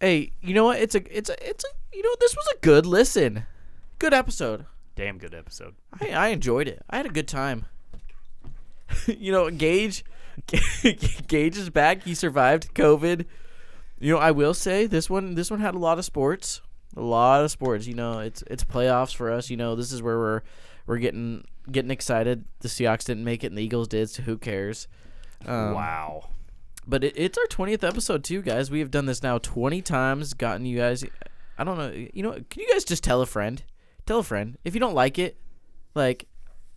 Hey, you know what? It's a it's a it's a you know this was a good listen, good episode. Damn good episode. I I enjoyed it. I had a good time. you know, Gage, Gage is back. He survived COVID. You know, I will say this one this one had a lot of sports, a lot of sports. You know, it's it's playoffs for us. You know, this is where we're we're getting getting excited. The Seahawks didn't make it, and the Eagles did. So who cares? Um, wow. But it, it's our twentieth episode too, guys. We have done this now twenty times. Gotten you guys. I don't know. You know, can you guys just tell a friend? Tell a friend if you don't like it. Like,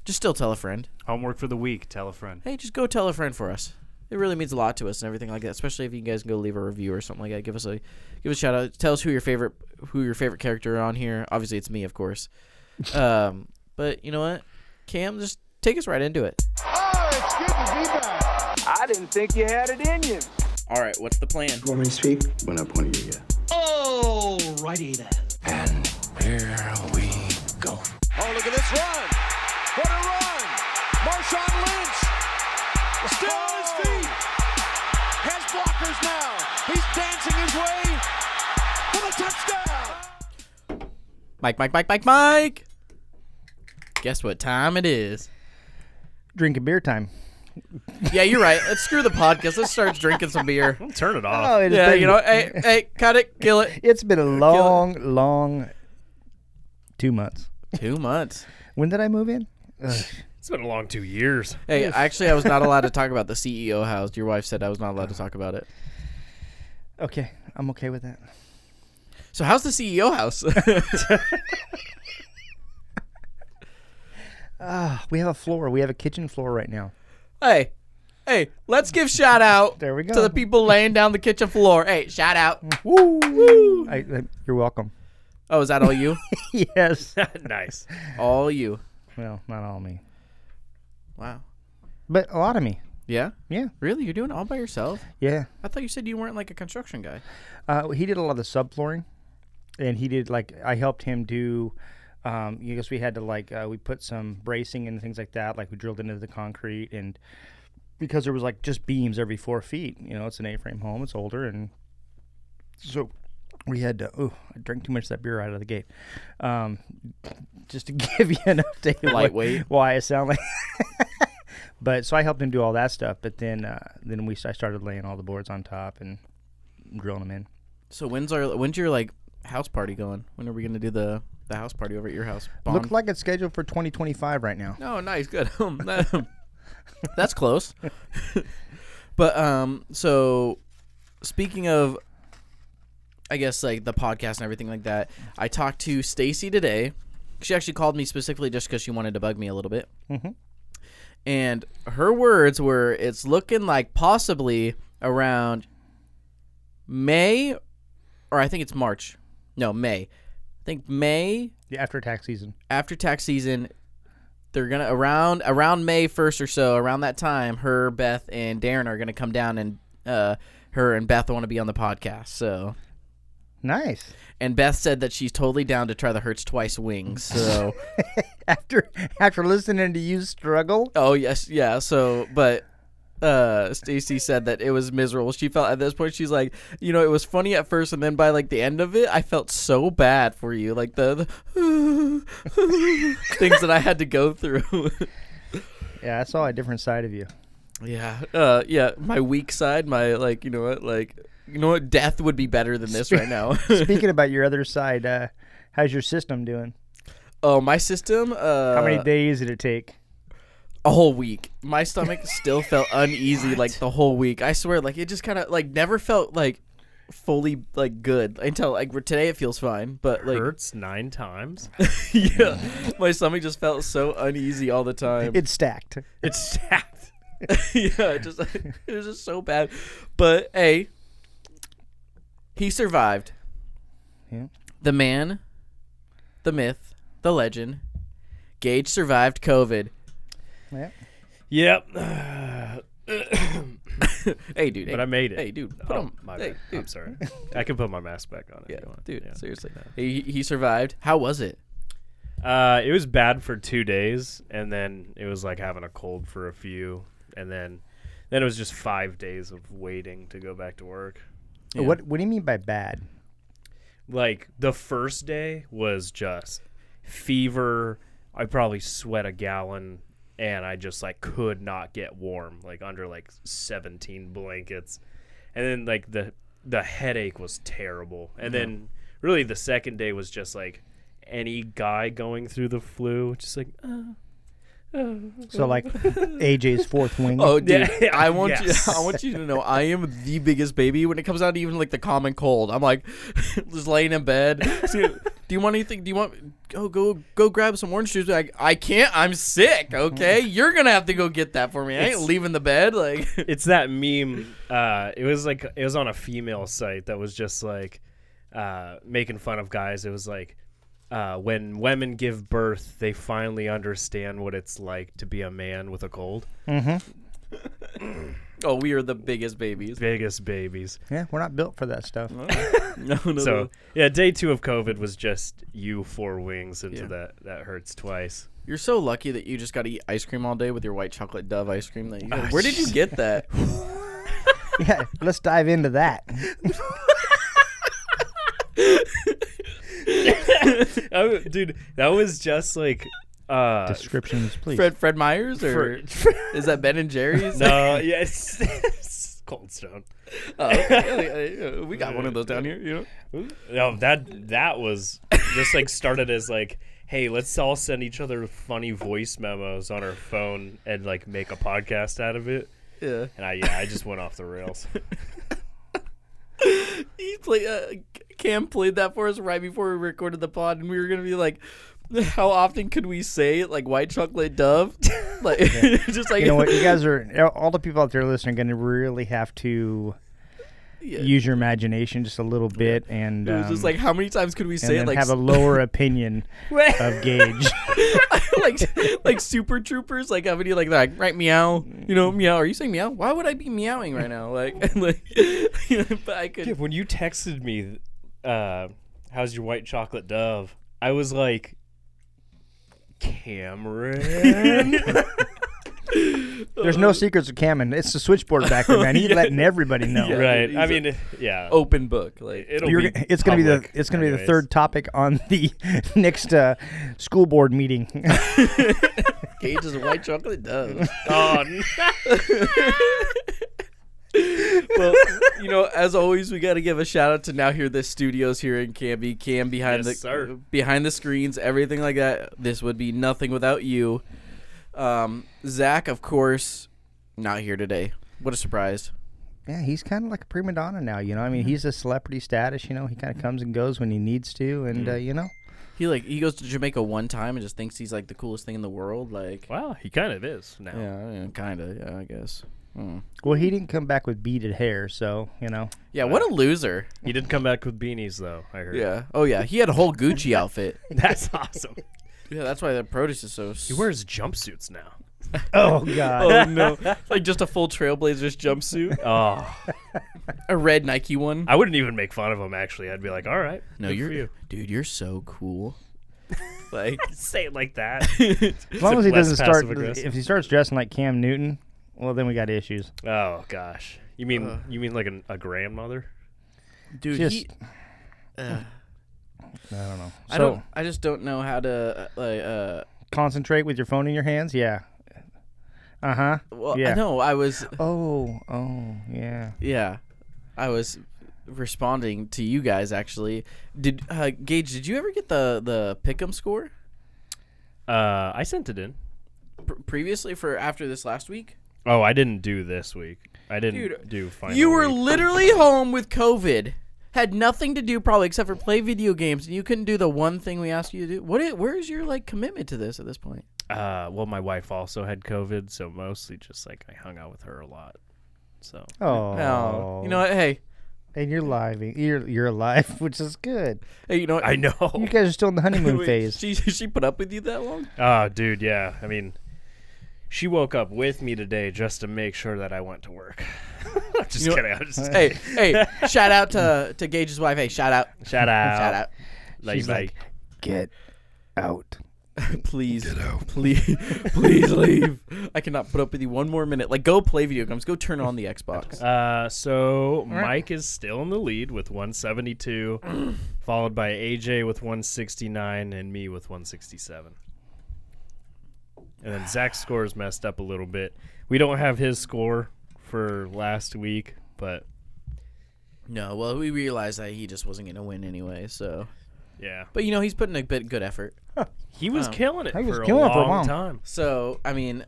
just still tell a friend. Homework for the week. Tell a friend. Hey, just go tell a friend for us. It really means a lot to us and everything like that. Especially if you guys can go leave a review or something like that. Give us a give us a shout out. Tell us who your favorite who your favorite character on here. Obviously, it's me, of course. um, but you know what, Cam, just take us right into it. Oh, it's good to be back. I didn't think you had it in you. All right, what's the plan? Want me to speak? We're not pointing at you. Alrighty then. And here we go. Oh, look at this run. What a run. Marshawn Lynch. Still on his feet. Has blockers now. He's dancing his way for the touchdown. Mike, Mike, Mike, Mike, Mike. Guess what time it is? Drinking beer time. Yeah, you're right. Let's screw the podcast. Let's start drinking some beer. Turn it Oh, off. it's Yeah, been, you know, hey, hey, cut it, kill it. it's been a long, long two months. Two months. When did I move in? Ugh. It's been a long two years. Hey, actually, I was not allowed to talk about the CEO house. Your wife said I was not allowed to talk about it. Okay, I'm okay with that. So, how's the CEO house? Ah, we have a floor. We have a kitchen floor right now. hey, hey, let's give shout out There we to go. Mm. the people laying down the kitchen floor. Hey, shout out. Woo! Woo! I, I, you're welcome. Oh, is that all you? yes. nice. all you. Well, not all me, Wow. but a lot of me. Yeah? Yeah. Really? You're doing it all by yourself? Yeah. I thought you said you weren't like a construction guy. Uh, he did a lot of the subflooring, and he did like I helped him do. Um, I guess we had to like uh, we put some bracing and things like that. Like we drilled into the concrete, and because there was like just beams every four feet. You know, it's an A-frame home. It's older, and so we had to. Oh, I drank too much of that beer right out of the gate. Um, just to give you an update, of what- Lightweight. why I sound like. but so I helped him do all that stuff. But then uh, then we I started laying all the boards on top and drilling them in. So when's our when's your like house party going? When are we gonna do the the house party over at your house? Looks Bond? like it's scheduled for 2025 right now. No, nice, good. Um, that- That's close. but um, so speaking of, I guess like the podcast and everything like that, I talked to Stacy today. She actually called me specifically just because she wanted to bug me a little bit. And her words were, "It's looking like possibly around May, or I think it's March. No, May. I think May Yeah, after tax season. after tax season they're gonna around around may 1st or so around that time her beth and darren are gonna come down and uh, her and beth want to be on the podcast so Nice. and beth said that she's totally down to try the hertz twice wings so After after listening to you struggle, oh yes yeah so but uh stacy said that it was miserable she felt at this point she's like you know it was funny at first and then by like the end of it i felt so bad for you like the, the things that i had to go through yeah, I saw a different side of you. Yeah, uh, yeah. My weak side, my like, you know what, like, you know what, death would be better than this right now. Speaking about your other side, uh, how's your system doing? oh, my system. Uh, How many days did it take? A whole week. My stomach still felt uneasy like the whole week. I swear, like it just kind of like never felt like fully like good until like where today it feels fine, but like Hurts nine times. yeah, my stomach just felt so uneasy all the time. It's stacked. It's stacked. yeah, it just it was just so bad. But hey, he survived. Yeah. The man, the myth, the legend. Gage survived COVID. Yeah. Yep. Hey, dude. But hey, I made it. Hey, dude. Put Oh, on my hey, bad. dude. I'm sorry. I can put my mask back on if Yeah, you want. dude. Yeah. Seriously. He, he survived. How was it? Uh, it was bad for two days, and then it was like having a cold for a few, and then then it was just five days of waiting to go back to work. What What do you mean by bad? Like the first day was just fever. I probably sweat a gallon and I just like could not get warm, like under like 17 blankets. And then like the the headache was terrible. And then really the second day was just like any guy going through the flu, just like So like AJ's fourth wing. Oh, dude, Yeah, I want yes. you. I want you to know I am the biggest baby when it comes out to even like the common cold. I'm like just laying in bed. See, do you want anything? Do you want go go go grab some orange juice? Like I can't. I'm sick. Okay, you're gonna have to go get that for me. I ain't It's- leaving the bed. Like it's that meme. Uh, it was like it was on a female site that was just like uh, making fun of guys. It was like uh, when women give birth, they finally understand what it's like to be a man with a cold. oh, we are the biggest babies. Biggest babies. Yeah, we're not built for that stuff. No, no, So yeah, day two of COVID was just you four wings into Yeah. that. That hurts twice. You're so lucky that you just got to eat ice cream all day with your white chocolate Dove ice cream. That you Ah, got. where did you get that? yeah, let's dive into that. Oh, dude, that was just like uh, Descriptions, please. Fred Fred Myers or for- is that Ben and Jerry's? no, yes, Cold Stone. Oh, okay. we got one of those down here. You know. No, that that was just like started as like, hey, let's all send each other funny voice memos on our phone and like make a podcast out of it. Yeah. And I yeah, I just went off the rails. He played. Uh, Cam played that for us right before we recorded the pod, and we were gonna be like, "How often could we say like white chocolate dove?" Like, just like You know what? You guys are all the people out there listening are going to really have to Yeah. use your imagination just a little bit and It was um, just like, how many times could we and say it? then Like, have a lower opinion of Gage. like, like Super Troopers. Like, how many like like right meow? You know, meow. Are you saying meow? Why would I be meowing right now? Like, and like, but I could. when you texted me, uh, how's your white chocolate dove? I was like, Cameron. There's no secrets with Cameron. It's the switchboard back there, man. He's letting everybody know. Yeah. right. he's I a- mean, yeah. Open book, like it'll Oh, You're be gonna- it's going to be the public it's going to be the anyways. third topic on the next uh, school board meeting. Gage is a white chocolate dove. Oh, no. well, you know, as always, we got to give a shout out to Now Hear This Studios here in Canby, Cam behind the Yes, sir. behind the screens, everything like that. This would be nothing without you. Um, Zach, of course, not here today. What a surprise! yeah, he's kind of like a prima donna now. You know, I mean, he's a celebrity status. You know, he kind of comes and goes when he needs to, and uh, you know, He like he goes to Jamaica one time and just thinks he's like the coolest thing in the world. Like, Wow, he kind of is now. yeah, yeah kind of, yeah, I guess. Hmm. well, he didn't come back with beaded hair, so you know, Yeah, what a loser. He did come back with beanies though. I heard. Yeah. Oh yeah, he had a whole Gucci outfit. that's awesome. Yeah, that's why the produce is so. He wears jumpsuits now. oh god, Oh no! like just a full Trailblazers jumpsuit, Oh, a red Nike one. I wouldn't even make fun of him. Actually, I'd be like, "All right, No, good for you're you. dude. You're so cool. Like say it like that." as long as he less doesn't start, passive-aggressive. if he starts dressing like Cam Newton, well, then we got issues. oh gosh, you mean you mean like an, a grandmother? dude, Just- he, I don't know. So I don't. I just don't know how to uh, like. Uh, concentrate with your phone in your hands. Yeah. Uh huh. well, Yeah. I know I was. Oh, oh, yeah. Yeah, I was responding to you guys actually. Did uh, Gage? Did you ever get the the pick'em score Uh, I sent it in. pr- previously for after this last week? Oh, I didn't do this week. I didn't Dude, do final. You were week. literally home with COVID. Had nothing to do probably except for play video games, and you couldn't do the one thing we asked you to do. What? i- Where is your like commitment to this at this point? uh, well, my wife also had COVID, so mostly just like I hung out with her a lot. So Oh, No, you know what? Hey, and you're live. You're you're alive, which is good. hey, you know what? I know. You guys are still in the honeymoon Wait, phase. She she put up with you that long? Oh, dude, yeah. I mean, she woke up with me today just to make sure that I went to work. just You know- kidding. I was just hey, hey, shout out to to Gage's wife. Hey, shout out. shout out. Shout out. Like, She's like, Get out. please, please, please leave. I cannot put up with you one more minute. Like, go play video games. Go turn on the Xbox. Uh, so Mike is still in the lead with 172, followed by AJ with 169 and me with 167. And then Zach's score is messed up a little bit. We don't have his score for last week, but no, well, we realized that he just wasn't gonna win anyway. So, yeah, but you know, he's putting a bit good effort. he was killing it Oh. He was for killing a it for a long while. time. So, I mean,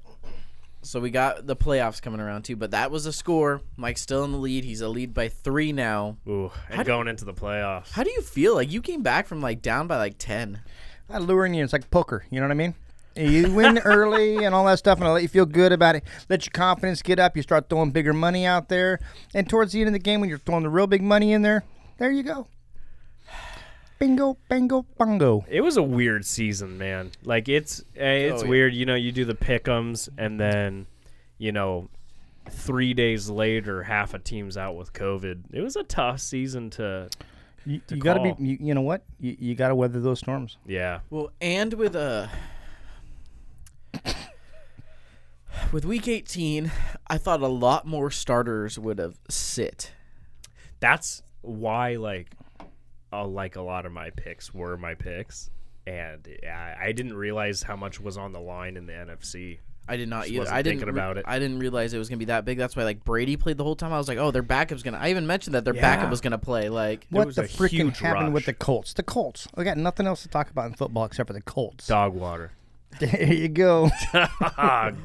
so we got the playoffs coming around too. But that was the score. Mike's still in the lead. He's a lead by three now. Ooh, and going into the playoffs. How do you feel? Like you came back from like down by like ten. I luring you. It's like poker. You know what I mean? You win early and all that stuff, and I let you feel good about it. Let your confidence get up. You start throwing bigger money out there, and towards the end of the game, when you're throwing the real big money in there, there you go. Bingo, bingo, bongo. It was a weird season, man. Like it's eh, it's Oh, yeah. weird. You know, you do the pickums, and then you know, three days later, half a team's out with COVID. It was a tough season to. You, you got to call. be. You, you know what? You, you got to weather those storms. Yeah, Well, and with uh with week 18, I thought a lot more starters would have sit. that's why like, uh, like a lot of my picks were my picks, and I, I didn't realize how much was on the line in the NFC. I did not Just either. wasn't I didn't thinking about it. I didn't realize it was gonna be that big. That's why like Brady played the whole time. I was like, oh, their backup's gonna. I even mentioned that their backup Yeah. was gonna play. Like, What was the a freaking huge happened with rush. the Colts? The Colts. We got nothing else to talk about in football except for the Colts. Dog water, There you go. dog,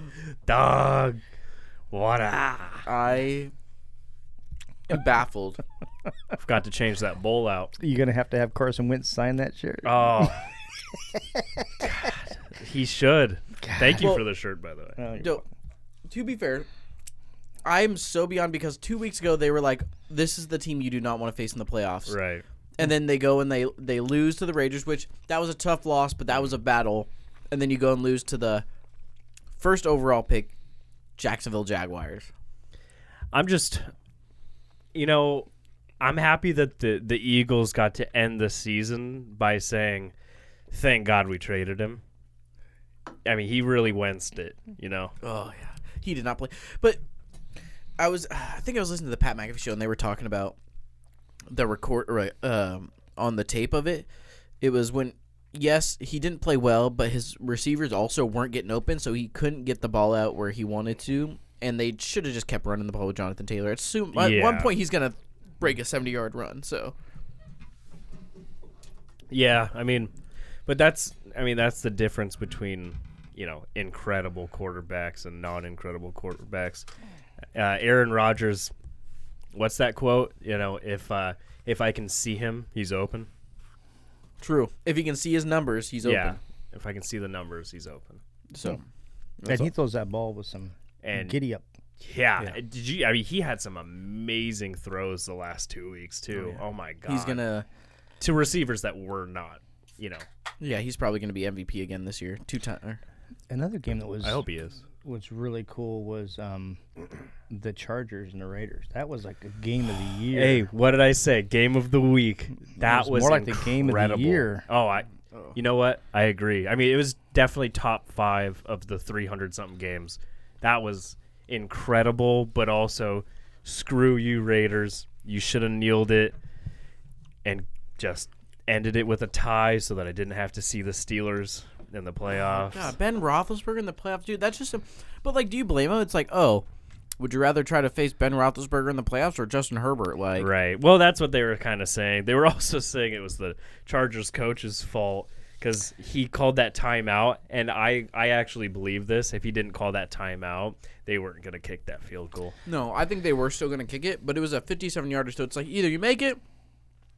dog water. I am baffled. Forgot to change that bowl out. You're gonna have to have Carson Wentz sign that shirt. Oh. He should. Thank you for the shirt, by the way. Oh, No, to be fair, I'm so beyond because two weeks ago they were like, this is the team you do not want to face in the playoffs. right. and then they go and they they lose to the Rangers, which that was a tough loss, but that was a battle. And then you go and lose to the first overall pick, Jacksonville Jaguars. I'm just, you know, I'm happy that the the Eagles got to end the season by saying, "Thank God we traded him." I mean, he really winced it, you know. Oh yeah, he did not play. But I was, I think I was listening to the Pat McAfee show, and they were talking about the record or, um, on the tape of it. It was when yes, he didn't play well, but his receivers also weren't getting open, so he couldn't get the ball out where he wanted to, and they should have just kept running the ball with Jonathan Taylor. At, soon, at one Yeah. point, he's gonna break a seventy-yard run. So Yeah, I mean, but that's I mean that's the difference between you know incredible quarterbacks and non-incredible quarterbacks. Uh, Aaron Rodgers, what's that quote? You know, if uh, if I can see him, he's open. true. If you can see his numbers, he's Yeah, open. if I can see the numbers, he's open. So and he throws that ball with some And giddy up. yeah, did you? I mean, he had some amazing throws the last two weeks too. Oh, my god, he's gonna. to receivers that were not. You know, Yeah, he's probably gonna be MVP again this year. Two time. Another game that was I hope he is. was really cool was um, the Chargers and the Raiders. That was like a game of the year. Hey, what did I say? Game of the week. That was was, more like the incredible. game of the year. Oh, I. You know what? I agree. I mean, it was definitely top five of the three hundred something games. That was incredible, but also, screw you, Raiders. You should have kneeled it, and just ended it with a tie, so that I didn't have to see the Steelers in the Oh, playoffs. God, Ben Roethlisberger in the playoffs, dude. That's just a. But like, do you blame him? It's like, oh, would you rather try to face Ben Roethlisberger in the playoffs or Justin Herbert? Like, Right. Well, that's what they were kind of saying. They were also saying it was the Chargers coach's fault because he called that timeout, and I I actually believe this. If he didn't call that timeout, they weren't gonna kick that field goal. no, I think they were still gonna kick it, but it was a 57 yarder, so it's like either you make it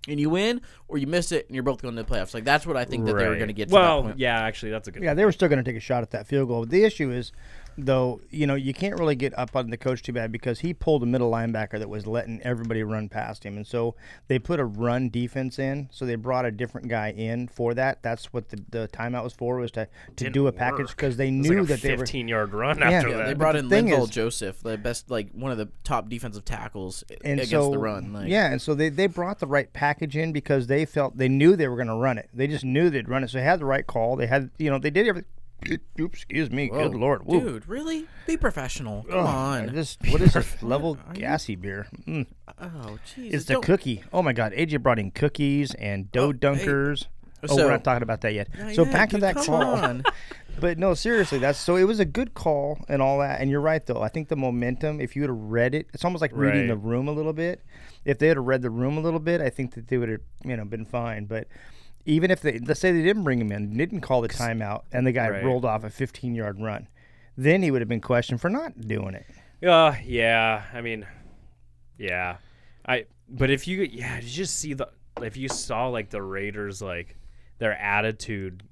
and you win, or you miss it and you're both going to the playoffs. Like that's what I think that they were Right. gonna get. To Well, that point. yeah, actually, that's a good. Yeah, they were still going to take a shot at that field goal. The issue is though, you know, you can't really get up on the coach too bad because he pulled a middle linebacker that was letting everybody run past him. And so they put a run defense in. So they brought a different guy in for that. That's what the, the timeout was for, was to, to do a package because they knew that they were. 15 yard run Yeah. after Yeah, that. They But brought the in thing Linval is- Joseph, the best, like one of the top defensive tackles i- and against so, the run. Like, yeah, and so they, they brought the right package in because they felt they knew they were going to run it. They just knew they'd run it, so they had the right call. They had you know they did everything. Oops, excuse me. Whoa, Good lord, Woo. dude, really? Be professional. Come Ugh, Oh, I on. just what is this level gassy beer? Mm, oh, jeez. it's the don't- cookie. Oh my god, AJ brought in cookies and dough dunkers. Oh, So- Oh, we're not talking about that yet. Yeah, so yeah, back to dude, that come call. on. But no, seriously, that's so it was a good call and all that. And you're right though. I think the momentum, if you would have read it, it's almost like reading Right. the room a little bit. If they would have read the room a little bit, I think that they would have, you know, been fine. But even if they let's say they didn't bring him in, didn't call the timeout, and the guy Right. rolled off a fifteen yard run, then he would have been questioned for not doing it. Uh, yeah. I mean, yeah. I but if you yeah, did you just see the if you saw like the Raiders like their attitude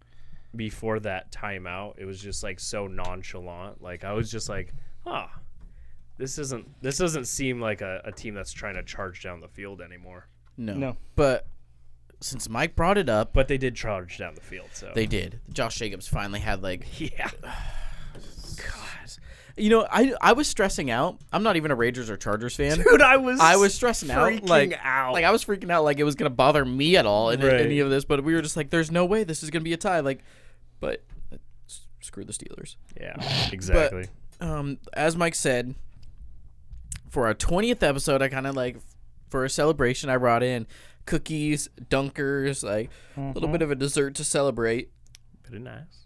before that timeout, it was just like so nonchalant. Like I was just like, huh, this isn't this doesn't seem like a, a team that's trying to charge down the field anymore. No. No. But since Mike brought it up, But they did charge down the field, so they did. Josh Jacobs finally had like yeah. You know, I I was stressing out. I'm not even a Rangers or Chargers fan. Dude, I was I was stressing out, freaking like out. like I was freaking out, like it was gonna bother me at all in in Right. any of this. But we were just like, there's no way this is gonna be a tie. Like, but uh, s- screw the Steelers. yeah, exactly. Um, as Mike said, for our twentieth episode, I kind of like for a celebration, I brought in cookies, dunkers, like a little Mm-hmm. bit of a dessert to celebrate. Pretty nice.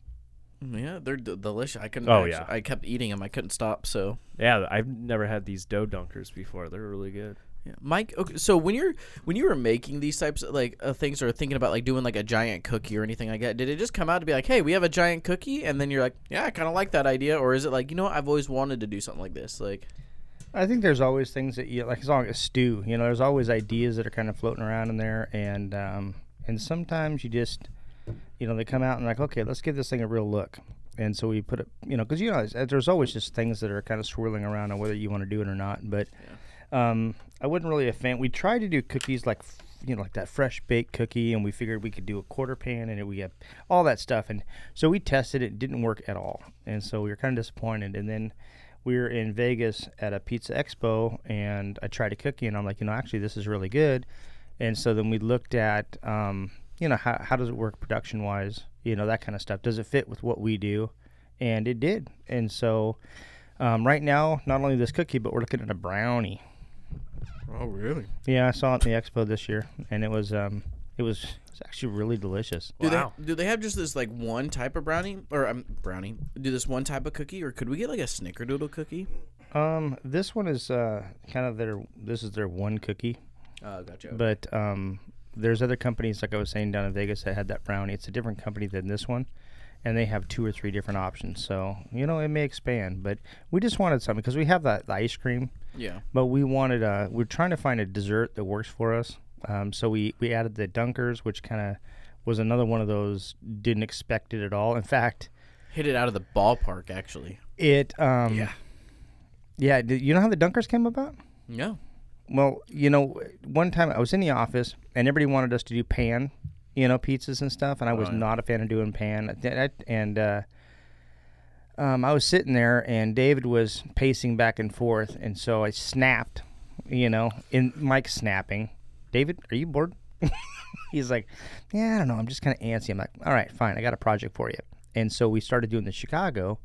Yeah, they're d- delicious. I couldn't. Oh, actu- yeah. I kept eating them. I couldn't stop. So Yeah, I've never had these dough dunkers before. They're really good. Yeah. Mike, okay, so when you're when you were making these types of like uh, things or thinking about like doing like a giant cookie or anything like that, did it just come out to be like, "Hey, we have a giant cookie," and then you're like, "Yeah, I kind of like that idea," or is it like, you know, what, I've always wanted to do something like this, like I think there's always things that you like as long as stew, you know, there's always ideas that are kind of floating around in there and um and sometimes you just you know, they come out and like, okay, let's give this thing a real look. And so we put it, you know, because you know, it's- there's always just things that are kind of swirling around on whether you want to do it or not. But um, I wasn't really a fan. We tried to do cookies like, f- you know, like that fresh baked cookie, and we figured we could do a quarter pan, and we have all that stuff. And so we tested it, it didn't work at all, and so we were kind of disappointed. And then we were in Vegas at a pizza expo, and I tried a cookie, and I'm like, you know, actually, this is really good. And so then we looked at, um, you know, how, how does it work production wise? You know, that kind of stuff. Does it fit with what we do? And it did. And so um, right now, not only this cookie, but we're looking at a brownie. Oh, really? Yeah, I saw it in the expo this year, and it was um, it was it's actually really delicious. do Wow. they do they have just this like one type of brownie or um, brownie? Do this one type of cookie or could we get like a snickerdoodle cookie? Um, this one is uh, kind of their this is their one cookie. Uh, gotcha. But um, there's other companies, like I was saying down in Vegas, that had that brownie. It's a different company than this one, and they have two or three different options. So you know, it may expand. But we just wanted something because we have that the ice cream, yeah. but we wanted uh we're trying to find a dessert that works for us. Um, so we we added the Dunkers, which kind of was another one of those didn't expect it at all. In fact, Hit it out of the ballpark actually. it um, yeah yeah. d- You know how the Dunkers came about? Yeah. Well, you know, one time I was in the office and everybody wanted us to do pan, you know, pizzas and stuff, and I was not a fan of doing pan. I thi- I- And uh, um, I was sitting there, and David was pacing back and forth, and so I snapped, you know, in Mike snapping. David, are you bored? He's like, yeah, I don't know. I'm just kind of antsy. I'm like, all right, fine. I got a project for you. And so we started doing the Chicago.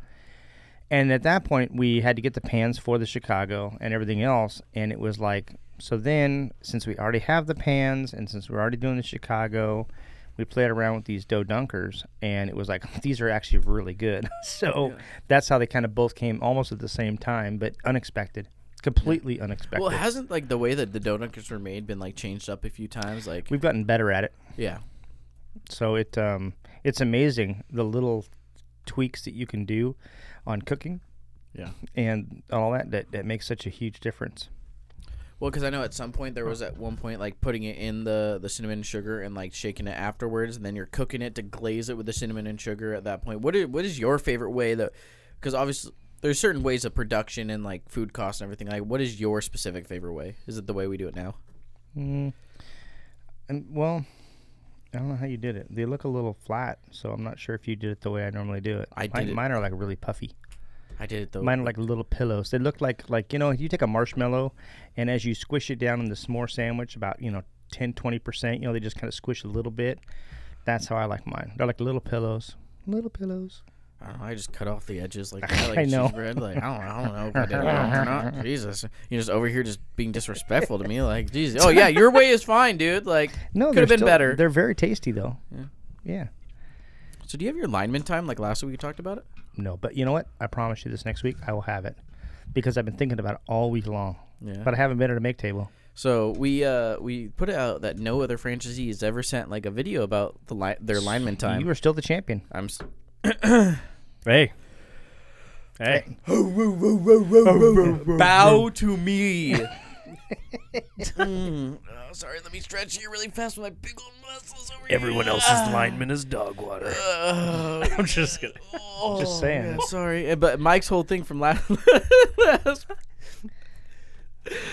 And at that point, we had to get the pans for the Chicago and everything else. And it was like, so then, since we already have the pans and since we're already doing the Chicago, we played around with these dough dunkers. And it was like, these are actually really good. so that's how they kind of both came almost at the same time, but unexpected. Completely unexpected. Well, hasn't like the way that the donuts were made been like changed up a few times? Like, We've gotten better at it. yeah, So it um, it's amazing the little tweaks that you can do on cooking yeah. and all that that, that makes such a huge difference. Well, because I know at some point there was at one point like putting it in the the cinnamon and sugar and like shaking it afterwards, and then you're cooking it to glaze it with the cinnamon and sugar. At that point, what is what is your favorite way that? Because obviously, there's certain ways of production and like food costs and everything. Like, what is your specific favorite way? Is it the way we do it now? And well, I don't know how you did it. They look a little flat, so I'm not sure if you did it the way I normally do it. I Mine- did it- Oh. Mine are like really puffy. I did it though. Mine are like little pillows. They look like like you know if you take a marshmallow, and as you squish it down in the s'more sandwich, about you know 10 20 percent, you know they just kind of squish a little bit. That's how I like mine. They're like little pillows. Little pillows. I don't know. I just cut off the edges like that. Like I know. cheese bread. Like I don't, I don't know if I did it wrong or not. Jesus, you're just over here just being disrespectful to me. Like, Jesus. Oh yeah, your way is fine, dude. Like, No, could they're have been still- better. They're very tasty though. Yeah. So do you have your lineman time? Like last week you talked about it. No, but you know what? I promise you this next week I will have it because I've been thinking about it all week long. Yeah. But I haven't been at a make table. So we uh we put out that no other franchisee has ever sent like a video about the li- their lineman time. You were still the champion. I'm s- Hey. Hey. bow to me. Mm. Oh, sorry, let me stretch here really fast with my big old muscles over here. Everyone else's lineman is dog water. Uh, I'm just kidding. Just saying. Yeah, sorry, Uh, but Mike's whole thing from last.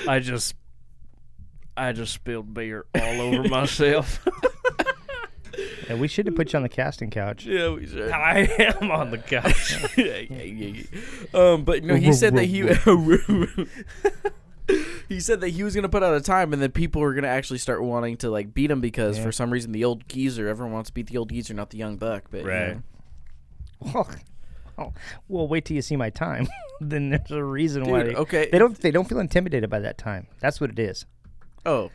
I just I just spilled beer all over myself. Yeah, we should have put you on the casting couch. yeah, we should. I am on the couch. Um, but no, he said that he he said that he was gonna put out a time, and then people were gonna actually start wanting to like beat him because for some reason the old geezer, everyone wants to beat the old geezer, not the young buck. But you Right. know. Oh, well, wait till you see my time. then there's a reason why. Dude, They, okay. They don't. They don't feel intimidated by that time. That's what it is. Oh,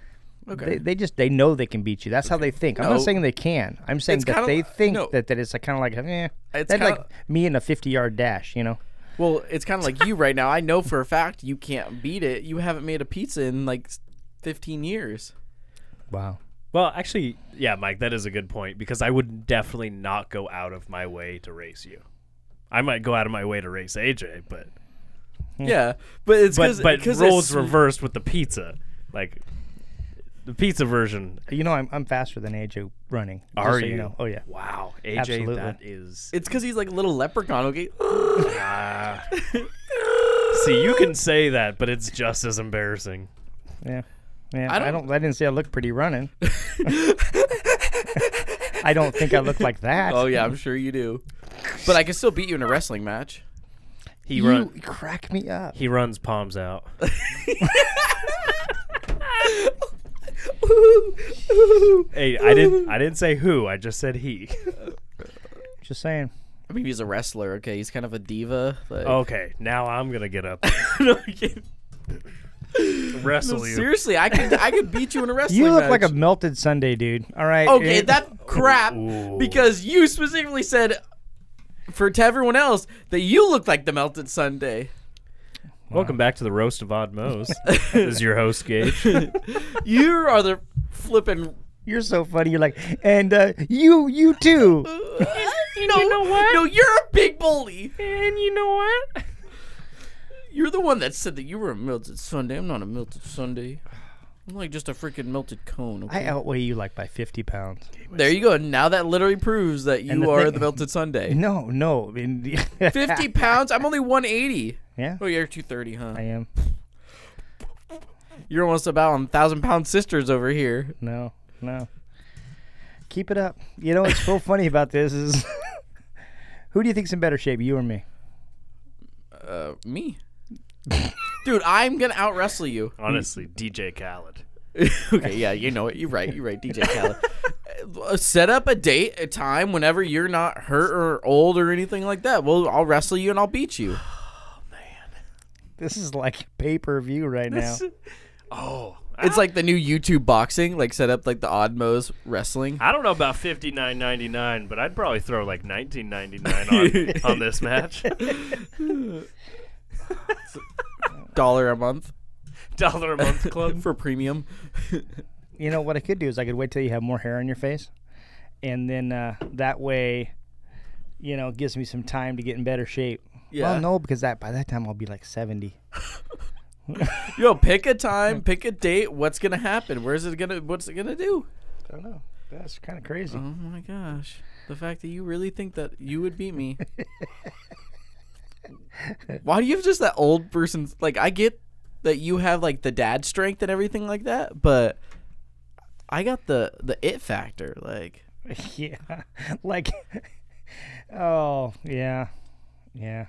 okay. They, they just they know they can beat you. That's how they think. I'm No. not saying they can. I'm saying It's that kinda they li- think no. that, that it's like, kind of like eh. It's It's that's like kinda- me in a 50 yard dash. You know. Well, it's kind of like you right now. I know for a fact you can't beat it. You haven't made a pizza in like 15 years. Wow. well, actually, yeah, Mike, that is a good point because I would definitely not go out of my way to race you. I might go out of my way to race AJ, but Yeah, but it's Hmm. but because but roles reversed with the pizza, like the pizza version. You know I'm, I'm faster than AJ running. just Are so you? you? know. Oh yeah. Wow, AJ, Absolutely. that is. uh, It's because he's like a little leprechaun. Okay, See, you can say that, but it's just as embarrassing. Yeah. Yeah. I I don't. I, don't- didn't say I look pretty running. I don't think I look like that. oh yeah, I'm sure you do. But I can still beat you in a wrestling match. He You run, crack me up. he runs palms out. Hey, I didn't I didn't say who. I just said he. Just saying. I mean, he's a wrestler. Okay, he's kind of a diva. Like, Oh. Okay, now I'm gonna get up, No, I'm kidding. wrestle you. seriously, I could I could beat you in a wrestling. You look match. like a melted Sunday, dude. All right. Okay, Eh, that crap because you specifically said for to everyone else that you look like the melted Sunday. Welcome back to the roast of Odd Mo's. this is your host Gage. You are the flippin' you're so funny. You're like, and uh, you, you too. no, you know what? No, you're a big bully. And you know what? You're the one that said that you were a melted Sunday. I'm not a melted Sunday. I'm like just a freaking melted cone. okay? I outweigh you like by 50 pounds. there you go. Now that literally proves that you the are thing- the melted Sunday. No, no. I mean, 50 pounds? I'm only 180. Yeah, Oh, you're 230, huh? I am. You're almost about on thousand pound sisters over here. No, no. Keep it up. You know what's so funny about this is, who do you think's in better shape, you or me? Uh, me. Dude, I'm gonna out wrestle you. Honestly, DJ Khaled. okay, yeah, you know it. You're right. You're right, DJ Khaled. Uh, Set up a date, a time, whenever you're not hurt or old or anything like that. Well, I'll wrestle you and I'll beat you. This is like pay per view right now. It's like the new YouTube boxing, like set up like the Oddmos wrestling. I don't know about fifty nine ninety nine, but I'd probably throw like nineteen ninety nine on on this match. Dollar a month Dollar a month club. for premium. You know what I could do is I could wait till you have more hair on your face, and then uh, that way, you know, it gives me some time to get in better shape. Yeah. Well, no, because that by that time I'll be like 70. Yo, pick a time, pick a date. What's gonna happen? Where's it gonna? What's it gonna do? I don't know. That's kind of crazy. Oh my gosh. The fact that you really think that you would beat me. Why do you have just that old person's like I get that you have like the dad strength and everything like that, but I got the the it factor like yeah. Like, oh, yeah. Yeah.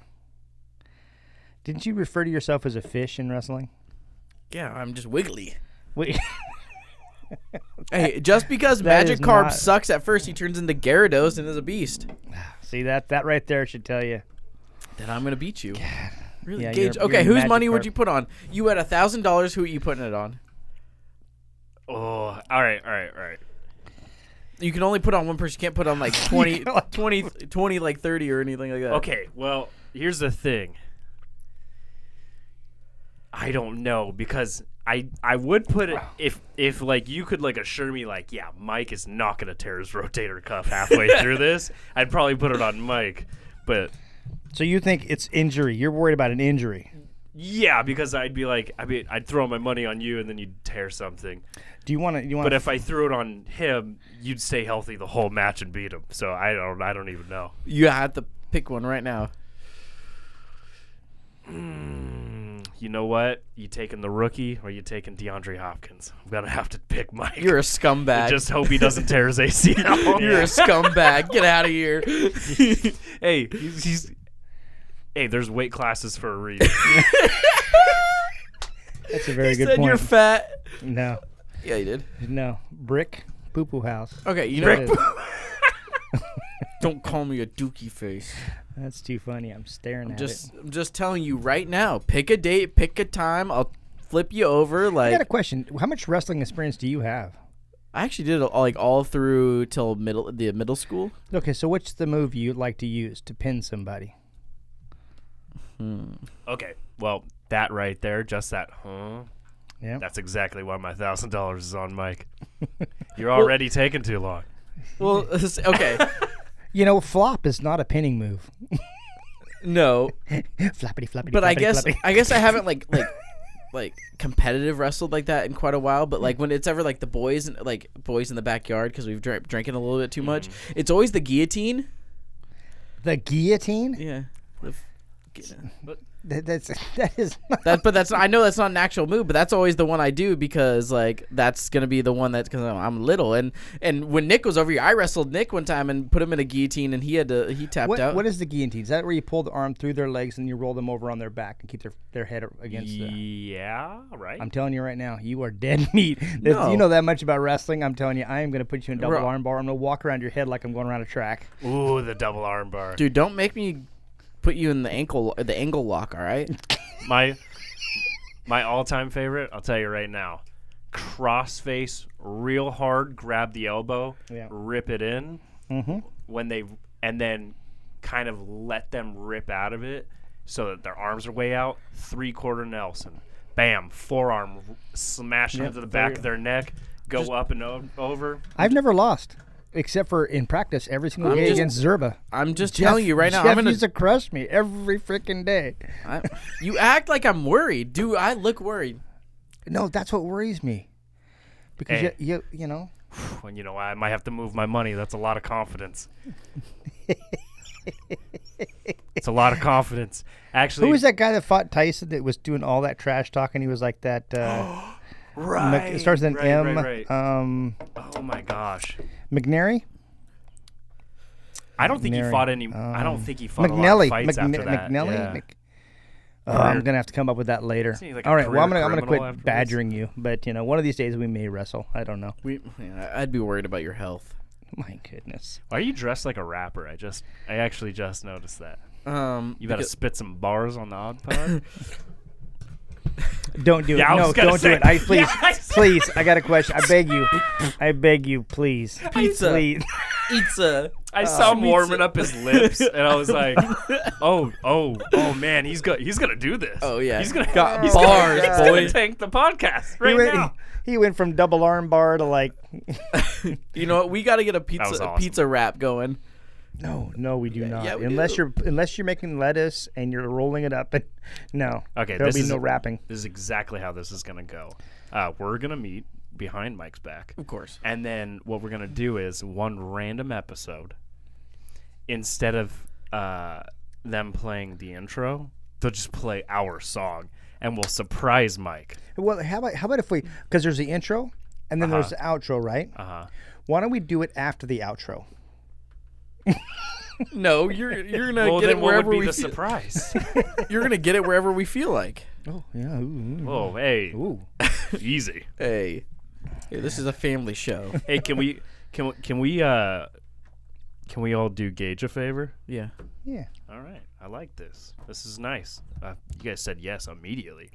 Didn't you refer to yourself as a fish in wrestling? yeah, I'm just wiggly. Wait, Hey, just because That Magic is Carp not- sucks at first, he turns into Gyarados and is a beast. see that that right there should tell you. Then I'm gonna beat you. Really, Yeah, Gage. you're- okay, you're whose Magic money would Carp. you put on? You had a thousand dollars. Who are you putting it on? Oh, all right, all right, all right. You can only put on one person. You can't put on like 20, can 20, only- 20, like thirty or anything like that. Okay, well, here's the thing. I don't know because I I would put it if if like you could like assure me like yeah Mike is not gonna tear his rotator cuff halfway through this I'd probably put it on Mike but So you think it's injury? You're worried about an injury. yeah because I'd be like I mean I'd throw my money on you and then you'd tear something Do you want to? You want? but if I threw it on him you'd stay healthy the whole match and beat him so I don't I don't even know you have to pick one right now. you know what you taking the rookie or you taking DeAndre Hopkins I'm gonna have to pick Mike You're a scumbag. Just hope he doesn't tear his ACL. You're a scumbag. Get out of here. hey, he's, he's hey. There's weight classes for a reason. That's a very good Said point. you're fat. no, Yeah, you did. no, brick poo poo house. Okay, you know. Brick what? Don't call me a dookie face. That's too funny. I'm staring at Just, it. I'm just telling you right now. Pick a date. Pick a time. I'll flip you over. I got Like a question. How much wrestling experience do you have? I actually did it all, like all through till middle the middle school. Okay, so what's the move you like to use to pin somebody? okay, well that right there, just that, huh? Yeah. That's exactly why my thousand dollars is on Mike. You're already taking too long. Well, okay, You know, flop is not a pinning move. no, Floppity floppity. but I floppity, guess floppity. I guess I haven't like like like competitive wrestled like that in quite a while. But like when it's ever like the boys and like boys in the backyard because we've drank drinking a little bit too Mm. much. It's always the guillotine. the guillotine. Yeah. That, that's that is. Not, That, but that's I know that's not an actual move, but that's always the one I do because like that's gonna be the one that's because I'm, I'm little and and when Nick was over here, I wrestled Nick one time and put him in a guillotine and he had to he tapped what, out. what is the guillotine? Is that where you pull the arm through their legs and you roll them over on their back and keep their, their head against the. Yeah, right. I'm telling you right now, you are dead meat. If No. You know that much about wrestling. I'm telling you, I am going to put you in a double Bro. arm bar. I'm going to walk around your head like I'm going around a track. Ooh, the double arm bar. Dude, don't make me put you in the ankle the angle lock. All right. My my all time favorite. I'll tell you right now. Crossface, real hard, grab the elbow, Yeah. Mm-hmm. rip it in. When they and then kind of let them rip out of it, so that their arms are way out. Three quarter Nelson, bam, forearm r- smash into the back of their neck, go up and o- over. I've never lost, except for in practice every single I'm day just- against Zerba. I'm just Jeff- telling you right now. Jeff I'm gonna. used to crush me every freaking day. I, you act like I'm worried. Do I look worried? No, that's what worries me, because Hey. you, you you know And you know I might have to move my money. That's a lot of confidence. it's a lot of confidence. Actually, who was that guy that fought Tyson that was doing all that trash talk and he was like that. Uh, Mc- Right. it starts with an right, M. Right, right. Um, oh my gosh. McNary. I don't think he McNary, fought any. I don't think he fought a lot Um, McNally. of fights McNe- after that. McNally. Yeah. Mc- Oh, I'm gonna have to come up with that later. Isn't he like a All right, well, I'm career gonna I'm gonna criminal quit afterwards? badgering you, but you know, one of these days we may wrestle. I don't know. We, yeah, I'd be worried about your health. My goodness. Why are you dressed like a rapper? I just, I actually just noticed that. Um, You better because- spit some bars on the odd pod. Don't do it. Yeah, I no, was gonna don't say- do it. I please, Yeah, I said- please. I got a question. I beg you. I beg you, please. Pizza. Please. pizza. I saw him pizza. warming up his lips, and I was like, "Oh, oh, oh, man, he's gonna, he's gonna do this. Oh, yeah. he's gonna, Got he's bars, gonna, he's gonna boy. tank the podcast He right went, now." he went from double arm bar to like. You know what? We got to get a pizza was a awesome. pizza wrap going. No, no, we do not. yeah, we unless do. you're unless you're making lettuce and you're rolling it up, and no. Okay, There'll this be is- no wrapping. This is exactly how this is gonna go. Uh, we're gonna meet behind Mike's back. Of course. And then what we're gonna do is one random episode. Instead of uh, them playing the intro, they'll just play our song and we'll surprise Mike. Well, how about how about if we? Because there's the intro, and then there's the outro, right? Uh huh. Why don't we do it after the outro? No, you're you're gonna Well, get it then what wherever would be we the feel, surprise? you're gonna get it wherever we feel like. Oh yeah. Ooh. oh, hey, easy. Hey, hey, this is a family show. Hey, can we can we, can we uh can we all do Gage a favor? yeah. Yeah. All right, I like this. This is nice. Uh, you guys said yes immediately.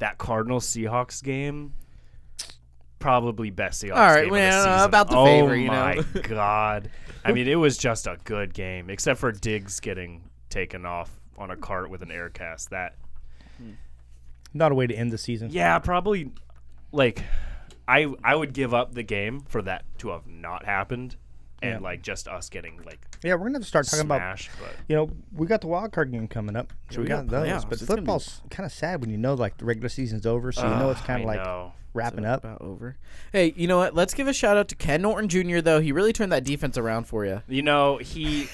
That Cardinal Seahawks game, probably best Seahawks. All right, game man, of the uh, season. about the oh favor, you my know. god! I mean, it was just a good game, except for Diggs getting taken off on a cart with an air cast. That Not a way to end the season. yeah, probably like I I would give up the game for that to have not happened, and Yeah. like just us getting like Yeah, we're gonna have to start talking about. smashed. but You know, we got the wild card game coming up. So we, we got got, those, playoffs. but It's gonna be- football's kind of sad when you know like the regular season's over, so you know it's kind I of like know. wrapping up. About over. Hey, you know what? Let's give a shout out to Ken Norton Jr. Though he really turned that defense around for you. You know, he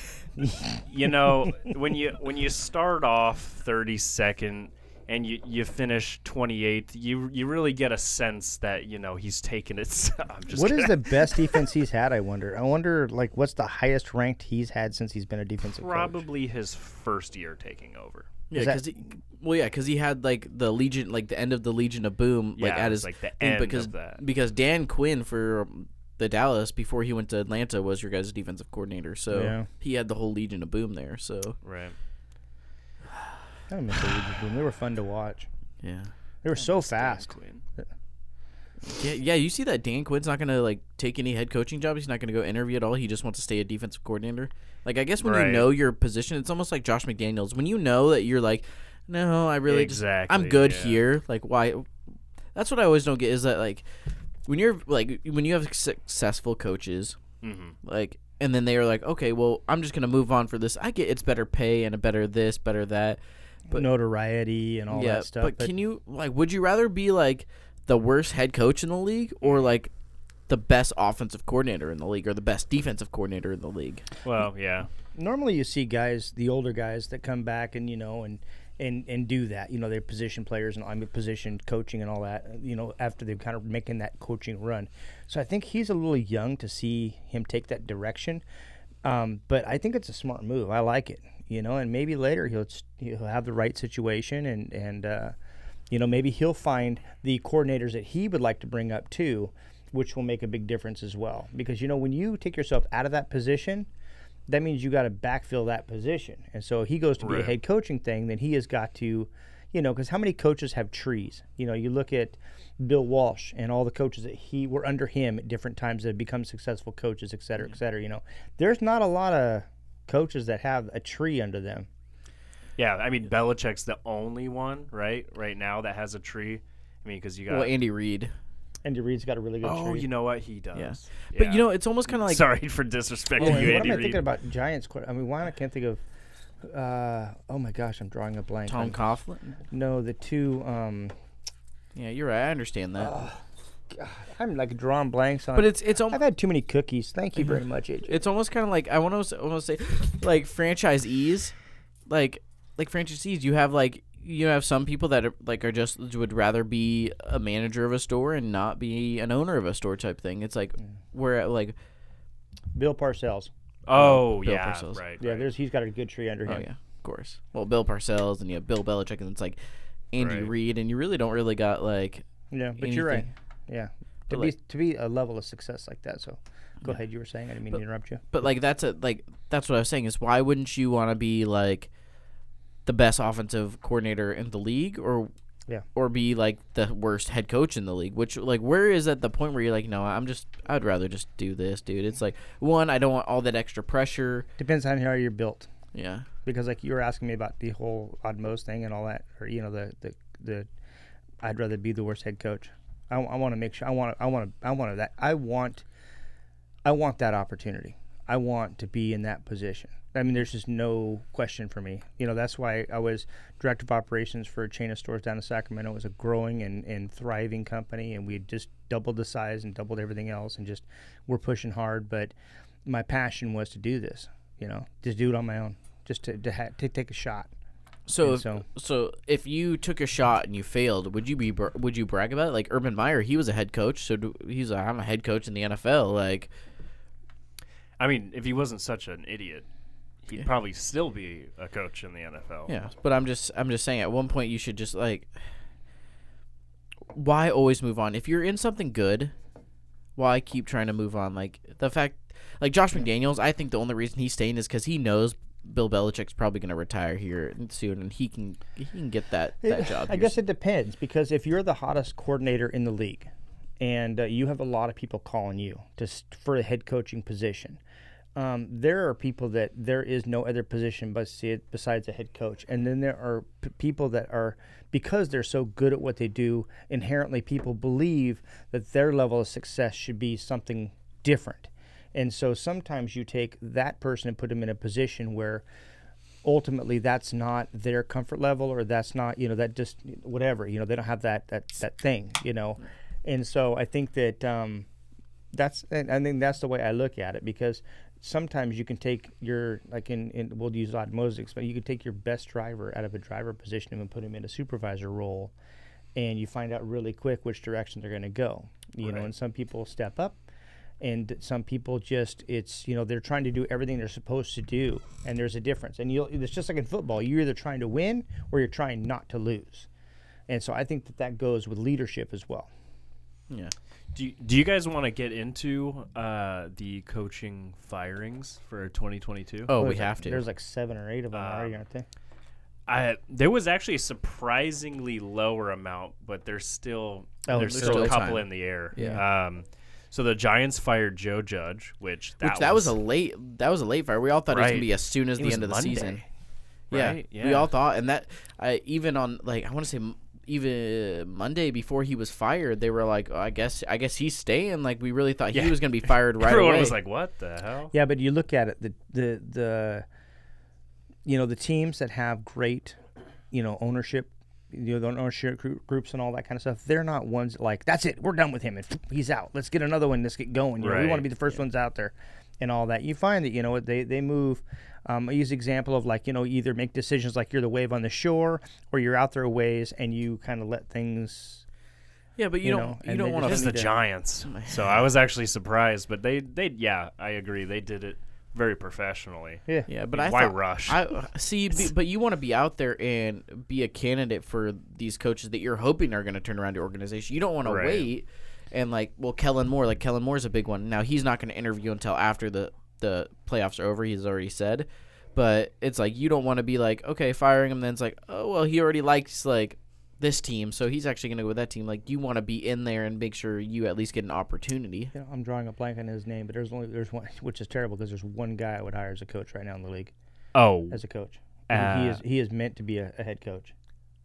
you know, when you when you start off 32nd and you, you finish 28th, you you really get a sense that, you know, he's taken it. s- I'm just What is kidding. the best defense he's had? I wonder. I wonder like what's the highest ranked he's had since he's been a defensive coach. probably his first year taking over. Yeah, that- because well, yeah, because he had like the Legion, like the end of the Legion of Boom, like Yeah, at it was, his like, the thing end because of that. because Dan Quinn for um, the Dallas before he went to Atlanta was your guys' defensive coordinator, so Yeah. he had the whole Legion of Boom there. So Right. I miss the Legion of Boom. They were fun to watch. yeah, They were so fast. Quinn. yeah, yeah. You see that Dan Quinn's not gonna like take any head coaching job. He's not gonna go interview at all. He just wants to stay a defensive coordinator. Like I guess when you Right. know your position, it's almost like Josh McDaniels. When you know that you're like, no, I really just I'm Exactly, good yeah. here. Like why? That's what I always don't get is that like when you're like when you have successful coaches, Mm-hmm. like and then they are like, okay, well I'm just gonna move on for this. I get it's better pay and a better this, better that. But- notoriety and all that stuff. But, can you like would you rather be like the worst head coach in the league or like the best offensive coordinator in the league or the best defensive coordinator in the league? Well, yeah. normally you see guys, the older guys that come back and you know and and and do that. You know, they're position players and I'm a position coaching and all that. You know, after they're kind of making that coaching run. So I think he's a little young to see him take that direction. Um, but I think it's a smart move. I like it. You know, and maybe later he'll just- he'll have the right situation and and uh, you know maybe he'll find the coordinators that he would like to bring up too, which will make a big difference as well. Because you know when you take yourself out of that position, that means you got to backfill that position. And so he goes to be a head coaching thing, then he has got to, you know, because how many coaches have trees? You know, you look at Bill Walsh and all the coaches that he were under him at different times that have become successful coaches, et cetera, et cetera. You know, there's not a lot of coaches that have a tree under them. Yeah, I mean Belichick's the only one, right? Right now that has a tree. I mean, because you got Well, Andy Reid. Andy Reid's got a really good Oh, tree. you know what he does. Yeah. But you know, it's almost kind of like sorry for disrespecting Oh, and you, what Andy am I Reid. thinking about Giants? quar- I mean, why am I can't think of? Uh, oh my gosh, I'm drawing a blank. Tom on- Coughlin. no, the two. Um, Yeah, you're right. I understand that. I'm like drawing blanks on. but it's it's almost I've had too many cookies. Thank you Mm-hmm. very much, AJ. it's almost kind of like I want to almost say like franchisees, like like franchisees. You have like you have some people that are like are just would rather be a manager of a store and not be an owner of a store type thing. It's Mm. like where like Bill Parcells. Oh Bill yeah, Parcells. right. Yeah, right. there's he's got a good tree under Oh him. yeah, of course. Well, Bill Parcells and you have Bill Belichick, and it's like Andy Right. Reid, and you really don't really got like Yeah, but you're right. Anything. Yeah. To But, be like- to be a level of success like that. So go ahead, you were saying. I didn't mean to interrupt you. But like that's a like that's what I was saying is why wouldn't you want to be like the best offensive coordinator in the league or Yeah. or be like the worst head coach in the league? Which like where is at the point where you're like no I'm just I'd rather just do this dude. It's like one I don't want all that extra pressure. Depends on how you're built. Yeah. Because like you were asking me about the whole Odmos thing and all that, or you know the the, the I'd rather be the worst head coach. I, want to make sure. I want. I want. I want that. I want. I want that opportunity. I want to be in that position. I mean, there's just no question for me. You know, that's why I was director of operations for a chain of stores down in Sacramento. It was a growing and, and thriving company, and we had just doubled the size and doubled everything else, and just we're pushing hard. But my passion was to do this. You know, just do it on my own. just to to, ha- to take a shot. So, And if, so so- if you took a shot and you failed, would you be br- would you brag about it? Like Urban Meyer, he was a head coach, so do, he's like, I'm a head coach in the NFL. Like, I mean, if he wasn't such an idiot, he'd probably still be a coach in the NFL. yeah. But I'm just I'm just saying, at one point you should just like, why always move on? If you're in something good, why keep trying to move on? Like the fact, like Josh McDaniels, I think the only reason he's staying is because he knows Bill Belichick's probably going to retire here soon, and he can he can get that that job. I here guess it depends because if you're the hottest coordinator in the league, and uh, you have a lot of people calling you to s- for a head coaching position, um, there are people that there is no other position but see it besides a head coach, and then there are p- people that are because they're so good at what they do. Inherently, people believe that their level of success should be something different, and so sometimes you take that person and put them in a position where ultimately that's not their comfort level or that's not you know that just whatever you know they don't have that that that thing you know and so i think that um that's and i think that's the way i look at it because sometimes you can take your like in, in we'll use osmotics but you can take your best driver out of a driver position and put him in a supervisor role and you find out really quick which direction they're going to go you know and some people step up and some people just it's you know they're trying to do everything they're supposed to do and there's a difference and you'll it's just like in football you're either trying to win or you're trying not to lose and so i think that that goes with leadership as well yeah. Do you, do you guys want to get into uh, the coaching firings for 2022? Oh, we There's like- have to. Uh, there's like seven or eight of them already aren't they I there was actually a surprisingly lower amount, but there's still Oh, there's there's still, still a couple time. in the air. Yeah. Um, so the Giants fired Joe Judge, which that, Which that was a late that was a late fire. We all thought it was Right. gonna be as soon as It the was end of the Monday, season. right? Yeah. we Yeah. all thought, and that I even on like I want to say m- even Monday before he was fired, they were like, oh, I guess I guess he's staying. Like we really thought Yeah. he was gonna be fired right everyone away. was like, "What the hell?" Yeah, but you look at it, the the the you know the teams that have great you know ownership, you know the ownership grou- groups and all that kind of stuff. They're not ones like that's it, we're done with him and he's out. Let's get another one. Let's get going. You know, we want Right. to be the first ones out there. And all that you find that you know they they move. Um, I use the example of like you know either make decisions like you're the wave on the shore or you're out there a ways and you kind of let things. yeah, but you, you don't know, you and don't they want Just to. the Giants. So I was actually surprised, but they they yeah, I agree. They did it very professionally. Yeah, Yeah, but I Why thought- rush? I uh, see, be, but you want to be out there and be a candidate for these coaches that you're hoping are going to turn around your organization. You don't want Right. to wait and like, well, Kellen Moore, like Kellen Moore's a big one. Now he's not going to interview until after the the playoffs are over. He's already said, but it's like you don't want to be like, okay, firing him. Then it's like, oh well, he already likes like this team, so he's actually going to go with that team. Like you want to be in there and make sure you at least get an opportunity. you know, I'm drawing a blank on his name, but there's only there's one which is terrible because there's one guy I would hire as a coach right now in the league. Oh, as a coach. I think he Uh, is he is meant to be a, a head coach.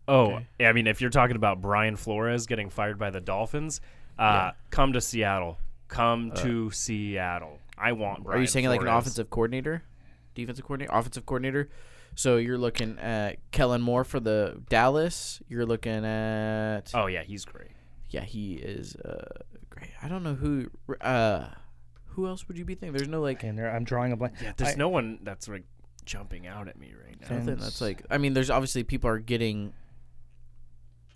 oh. I mean, if you're talking about Brian Flores getting fired by the Dolphins, uh, come to Seattle. Come to Seattle. I want. Brian Uh, Are you saying like an Flores. offensive coordinator, defensive coordinator, offensive coordinator? So you're looking at Kellen Moore for the Dallas. You're looking at Oh yeah, he's great. yeah, he is uh, great. I don't know who uh, who else would you be thinking? There's no like And there, I'm drawing a blank. There's I- no one that's like jumping out at me right now. nothing that's like. I mean, there's obviously people are getting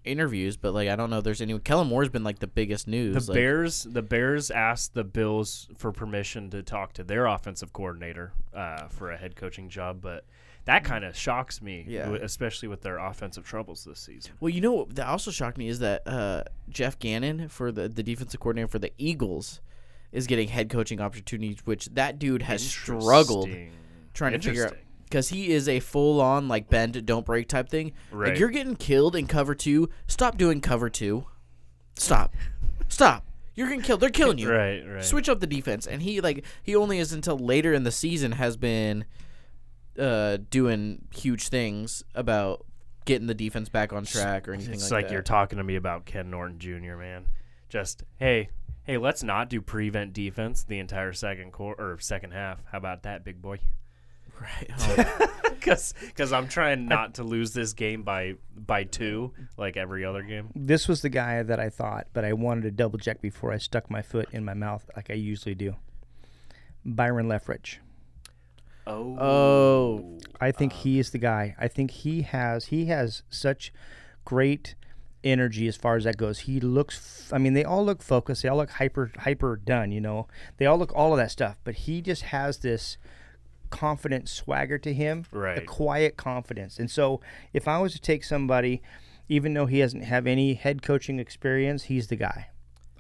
interviews, but like I don't know. if There's anyone. Kellen Moore's been like the biggest The news. like- Bears, the Bears asked the Bills for permission to talk to their offensive coordinator uh, for a head coaching job, but that kind of shocks me, Yeah. w- especially with their offensive troubles this season. Well, you know what that also shocked me is that uh, Jeff Gannon for the the defensive coordinator for the Eagles is getting head coaching opportunities, which that dude has struggled Interesting. trying to figure out Interesting. because he is a full on like bend don't break type thing. Right. Like you're getting killed in cover two. Stop doing cover two. Stop. Stop. You're getting killed. They're killing you. Right, right. Switch up the defense. And he like he only is until later in the season has been uh doing huge things about getting the defense back on track or anything It's like, like, that. you're talking to me about Ken Norton Jr., man. Just hey, hey, let's not do prevent defense the entire second quarter or second half. How about that, big boy? Right. Oh. Because I'm trying not to lose this game by by two, like every other game. This was the guy that I thought, but I wanted to double check before I stuck my foot in my mouth like I usually do. Byron Leftwich. Oh. Oh. I think he is the guy. I think he has he has such great energy as far as that goes. He looks. f- I mean, they all look focused. They all look hyper hyper done. You know, they all look all of that stuff. But he just has this confident swagger to him. A Right. quiet confidence. And so, if I was to take somebody, even though he doesn't have any head coaching experience, he's the guy.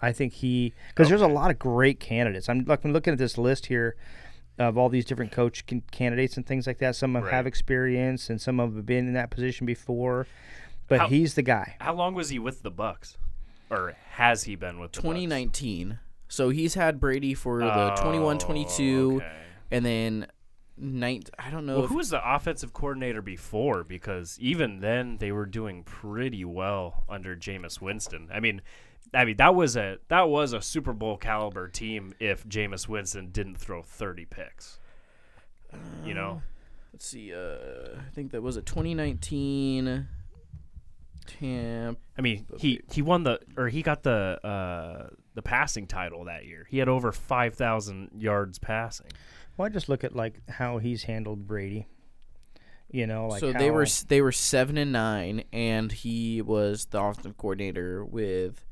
I think he because there's a lot of great candidates. I'm like I'm looking at this list here of all these different coach can, candidates and things like that. Some of 'em have Right. experience and some have been in that position before, but How- he's the guy. How long was he with the Bucks? Or has he been with the Bucks? 2019. So he's had Brady for the 21, 22, Oh, okay. and then nine. I don't know. Well, if- who was the offensive coordinator before? Because even then, they were doing pretty well under Jameis Winston. I mean, I mean that was a that was a Super Bowl caliber team if Jameis Winston didn't throw thirty picks. You know, let's see. Uh, I think that was a 2019. Tamp. I mean he he won the or he got the uh, the passing title that year. He had over five thousand yards passing. Well, I just look at like how he's handled Brady. You know, like so they were how- s- they were seven and nine, and he was the offensive coordinator with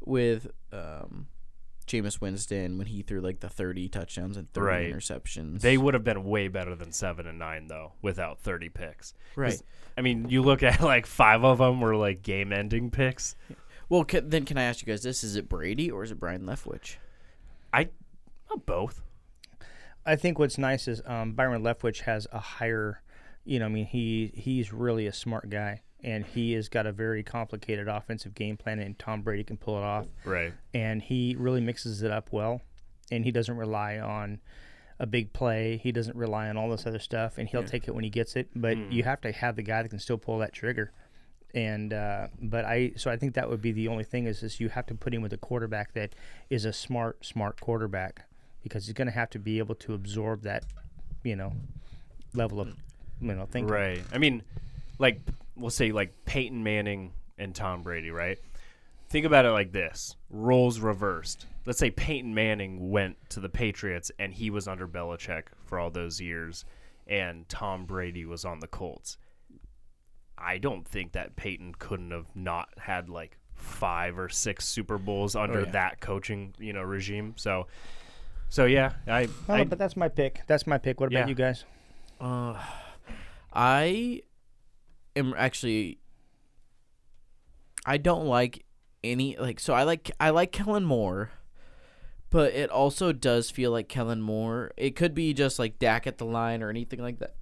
with um, Jameis Winston when he threw like the 30 touchdowns and 30 Right. interceptions. They would have been way better than seven and nine though, without thirty picks. 'Cause, Right. I mean, you look at like five of them were like game-ending picks. well, ca- then can I ask you guys this? Is it Brady or is it Brian Leftwich? I, uh, both. I think what's nice is um, Byron Leftwich has a higher, you know, I mean, he he's really a smart guy, and he has got a very complicated offensive game plan, and Tom Brady can pull it off, Right. and he really mixes it up well, and he doesn't rely on a big play, he doesn't rely on all this other stuff, and he'll take it when he gets it, but Hmm. you have to have the guy that can still pull that trigger. And uh, but I so I think that would be the only thing is is you have to put him with a quarterback that is a smart smart quarterback because he's going to have to be able to absorb that you know level of you know thinking. Right. I mean, like we'll say like Peyton Manning and Tom Brady, right? Think about it like this: roles reversed. Let's say Peyton Manning went to the Patriots and he was under Belichick for all those years, and Tom Brady was on the Colts. I don't think that Peyton couldn't have not had like five or six Super Bowls under that coaching, you know, regime. So, so yeah, I, Well, I but that's my pick. That's my pick. What about Yeah. you guys? I am actually I don't like any like so I like I like Kellen Moore, but it also does feel like Kellen Moore. It could be just like Dak at the line or anything like that.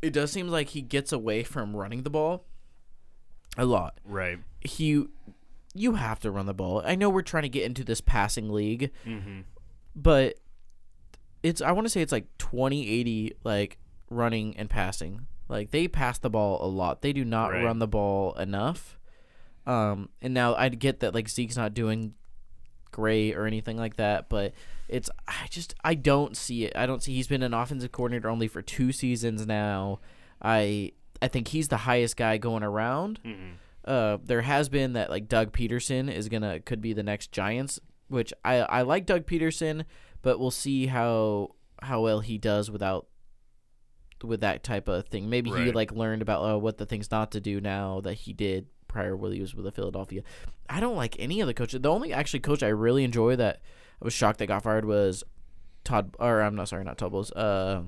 It does seem like he gets away from running the ball a lot right. he you have to run the ball. I know we're trying to get into this passing league, but it's I want to say it's like 2080 like running and passing. Like they pass the ball a lot. They do not Right. run the ball enough. Um, and now I get that like Zeke's not doing great or anything like that, but it's I just I don't see it. I don't see he's been an offensive coordinator only for two seasons now. I I think he's the highest guy going around uh, there has been that like Doug Peterson is gonna could be the next Giants, which I I like Doug Peterson, but we'll see how how well he does without with that type of thing. Maybe he Right. like learned about uh, what the things not to do now that he did prior when he was with the Philadelphia. I don't like any of the coaches. The only actually coach I really enjoy that I was shocked that got fired was Todd or I'm not sorry, not Todd Bowles, uh,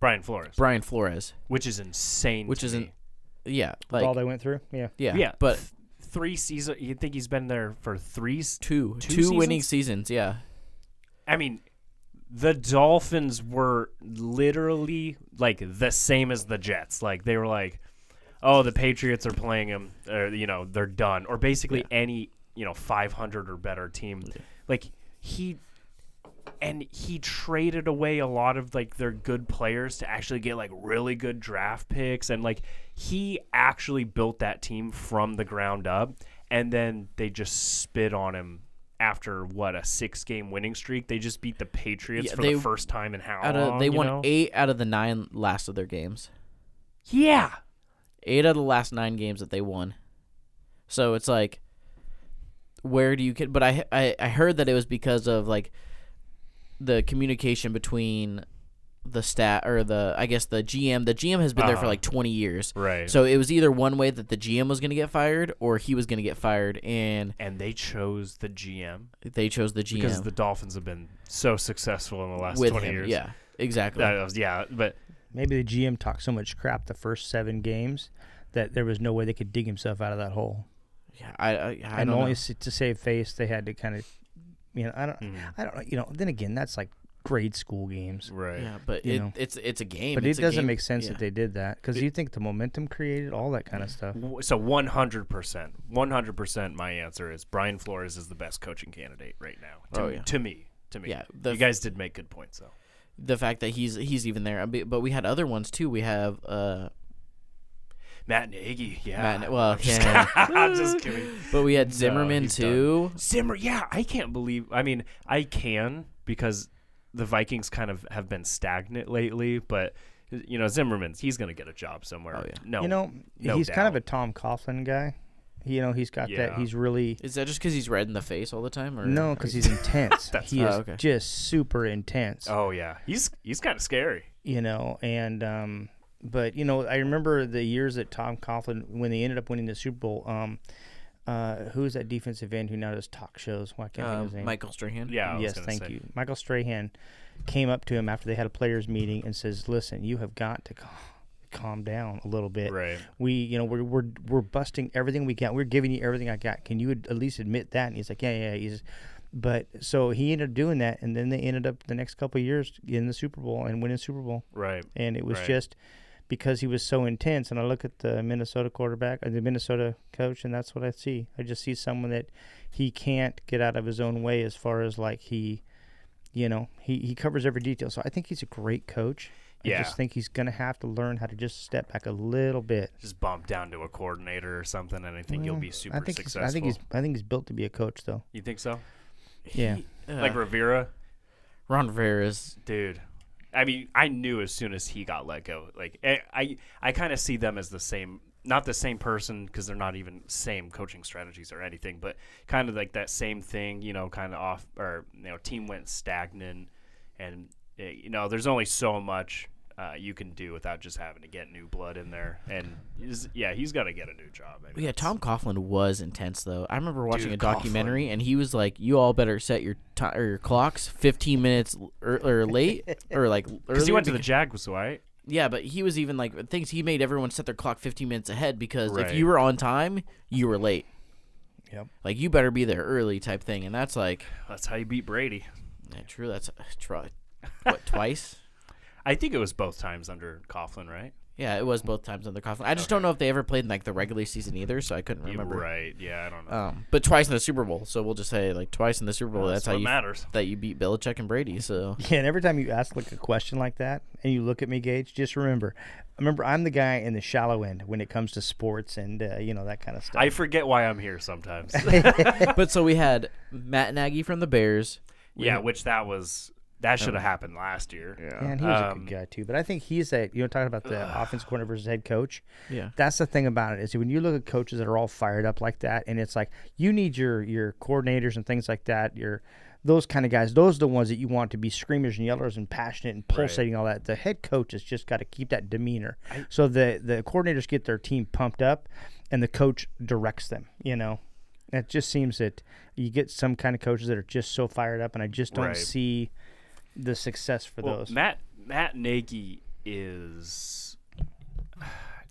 Brian Flores, Brian Flores, which is insane. which to isn't me. yeah All like they went through. Yeah. yeah Yeah, but th- three season. You think he's been there for three? s- two two two winning seasons yeah. I mean, the Dolphins were literally like the same as the Jets. Like they were like, oh, the Patriots are playing them, or you know, they're done, or basically any you know 500 or better team. Like he. And he traded away a lot of like their good players to actually get like really good draft picks, and like he actually built that team from the ground up, and then they just spit on him after what a six game winning streak. They just beat the Patriots Yeah, for they- the first time in how out of long? they you won know? eight out of the nine last of their games. Yeah, Eight out of the last nine games that they won. So it's like, where do you get? But I I, I heard that it was because of like the communication between the stat or the I guess the GM. The GM has been there for Uh-huh. like 20 years. Right. So it was either one way that the GM was going to get fired or he was going to get fired and and they chose the GM they chose the GM because the Dolphins have been so successful in the last with twenty him. years. Yeah. Exactly. That was, yeah, but Maybe the GM talked so much crap the first seven games that there was no way they could dig himself out of that hole. yeah, I I, I and don't know. only s to save face, they had to kind of, you know, I don't, Mm-hmm. I don't, know, you know. Then again, that's like grade school games. right. Yeah, but you it, know. it's it's a game. But It's it a doesn't game. make sense Yeah. Mm-hmm. that they did that because you think the momentum created all that kind of stuff. W- So one hundred percent, one hundred percent. My answer is Brian Flores is the best coaching candidate right now. To, Oh, me- yeah. to me, to me. Yeah, the you f- guys did make good points though. the fact that he's he's even there. I mean, But we had other ones too. We have uh Matt Nagy, yeah. Matt, well, yeah. Ah, I'm just kidding. but we had Zimmerman he's done. too. Zimmer, yeah, I can't believe. I mean, I can because the Vikings kind of have been stagnant lately, but you know, Zimmerman's he's going to get a job somewhere. Oh, yeah. No, You know, no he's kind of a doubt. Tom Coughlin guy. You know, he's got that. Yeah. He's really Is that just because he's red in the face all the time? Or um, no, because he's intense. he Oh, is okay. just super intense. Oh yeah, he's he's kind of scary. you know, and um, but you know, I remember the years that Tom Coughlin, when they ended up winning the Super Bowl, um, uh, who's that defensive end who now does talk shows? Why can't I think of his um, name? Michael Strahan. Yeah. I was yes, gonna thank say. you. Michael Strahan came up to him after they had a players meeting and says, "Listen, you have got to calm, calm down a little bit. Right. We, you know, we're we're we're busting everything we got. We're giving you everything I got. Can you ad- at least admit that?" And he's like, "Yeah, yeah." He's, but so he ended up doing that, and then they ended up the next couple of years in the Super Bowl and winning Super Bowl Right. and it was Right. just because he was so intense. And I look at the Minnesota quarterback, or the Minnesota coach, and that's what I see. I just see someone that he can't get out of his own way as far as like he, you know, he he covers every detail. So I think he's a great coach. I Yeah. just think he's gonna have to learn how to just step back a little bit. Just bump down to a coordinator or something, and I think you'll be super I think he's, successful. I think he's I think he's built to be a coach though. you think so? Yeah. like Rivera, Ron Rivera is dude. I mean, I knew as soon as he got let go. Like, I I, I kind of see them as the same, not the same person because they're not even same coaching strategies or anything, but kind of like that same thing. You know, kind of off or you know, team went stagnant, and eh, you know, there's only so much. Uh, you can do without just having to get new blood in there, and he's- yeah, he's got to get a new job. I mean, yeah. it's- Tom Coughlin was intense though. I remember watching Dude, a documentary and he was like, "You all better set your ti or your clocks 15 minutes or, or late or like." because he earlier went to the beca- Jaguars, right? Yeah, but he was even like things. He made everyone set their clock 15 minutes ahead because if Right. you were on time, you were late. Yep. Like you better be there early type thing, and that's like That's how you beat Brady. yeah, true. That's try what twice. I think it was both times under Coughlin, right? Yeah, it was both times under Coughlin. I just don't know if they ever played in like the regular season either, so I couldn't You remember. Right? Yeah, I don't know. Um, but twice in the Super Bowl, so we'll just say like twice in the Super Bowl. That's That's, how what you matters. that you beat Belichick and Brady. So Yeah, and every time you ask like a question like that and you look at me, Gage, just remember, remember I'm the guy in the shallow end when it comes to sports and uh, you know that kind of stuff. I forget why I'm here sometimes. but so we had Matt Nagy from the Bears. yeah, which that was that should have happened last year. Yeah, and he was a good guy too. But I think he's a you know talking about the offense corner versus head coach. Yeah. that's the thing about it is when you look at coaches that are all fired up like that, and it's like you need your your coordinators and things like that. Your those kind of guys. Those are the ones that you want to be screamers and yellers and passionate and pulsating all that. The head coach has just got to keep that demeanor. so the the coordinators get their team pumped up, and the coach directs them. You know. It just seems that you get some kind of coaches that are just so fired up, and I just don't Right. see the success for Well, those. Matt Matt Nagy is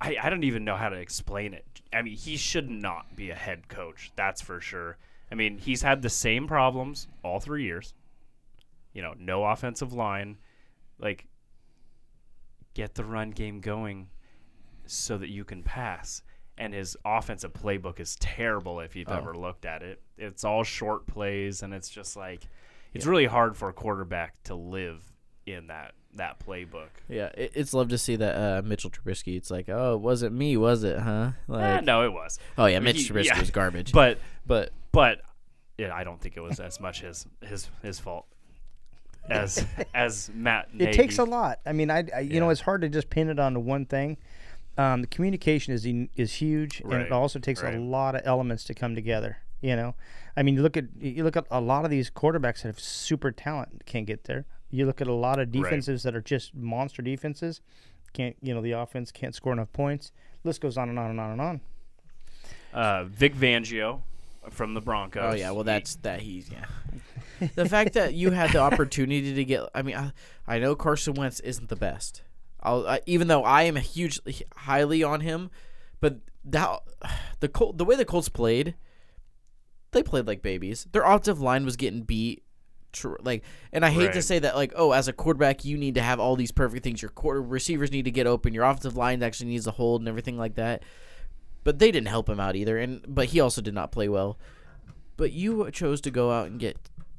I, I don't even know how to explain it. I mean, he should not be a head coach, that's for sure. I mean, he's had the same problems all three years. You know, no offensive line. Like get the run game going so that you can pass. And his offensive playbook is terrible if Oh. you've ever looked at it. It's all short plays, and it's just like it's really hard for a quarterback to live in that that playbook. Yeah, it, it's love to see that uh, Mitchell Trubisky. It's like, oh, it wasn't me, was it? Huh? Eh, Like, no, it was. oh yeah, mean, Mitch he- Trubisky yeah. is garbage. But but but yeah, I don't think it was as much his his his fault as as Matt. it takes a Nagy. lot. I mean, I, I you know, Yeah. it's hard to just pin it onto one thing. Um, the communication is en- is huge, and Right, it also takes right. a lot of elements to come together. You know, I mean, you look at you look at a lot of these quarterbacks that have super talent can't get there. You look at a lot of defenses that are just monster defenses can't you know the offense can't score enough points. List goes on and on and on and on. Uh, Vic Fangio from the Broncos. Oh yeah, well that's that he's yeah. the fact that you had the opportunity to get, I mean, I, I know Carson Wentz isn't the best. I'll, I, even though I am huge, highly on him, but that the Col- the way the Colts played, they played like babies. Their offensive line was getting beat. Tr- like, and I hate to Right. say that, like, oh, as a quarterback, you need to have all these perfect things. Your quarter receivers need to get open. Your offensive line actually needs to hold and everything like that. But they didn't help him out either, and but he also did not play well. But you chose to go out and get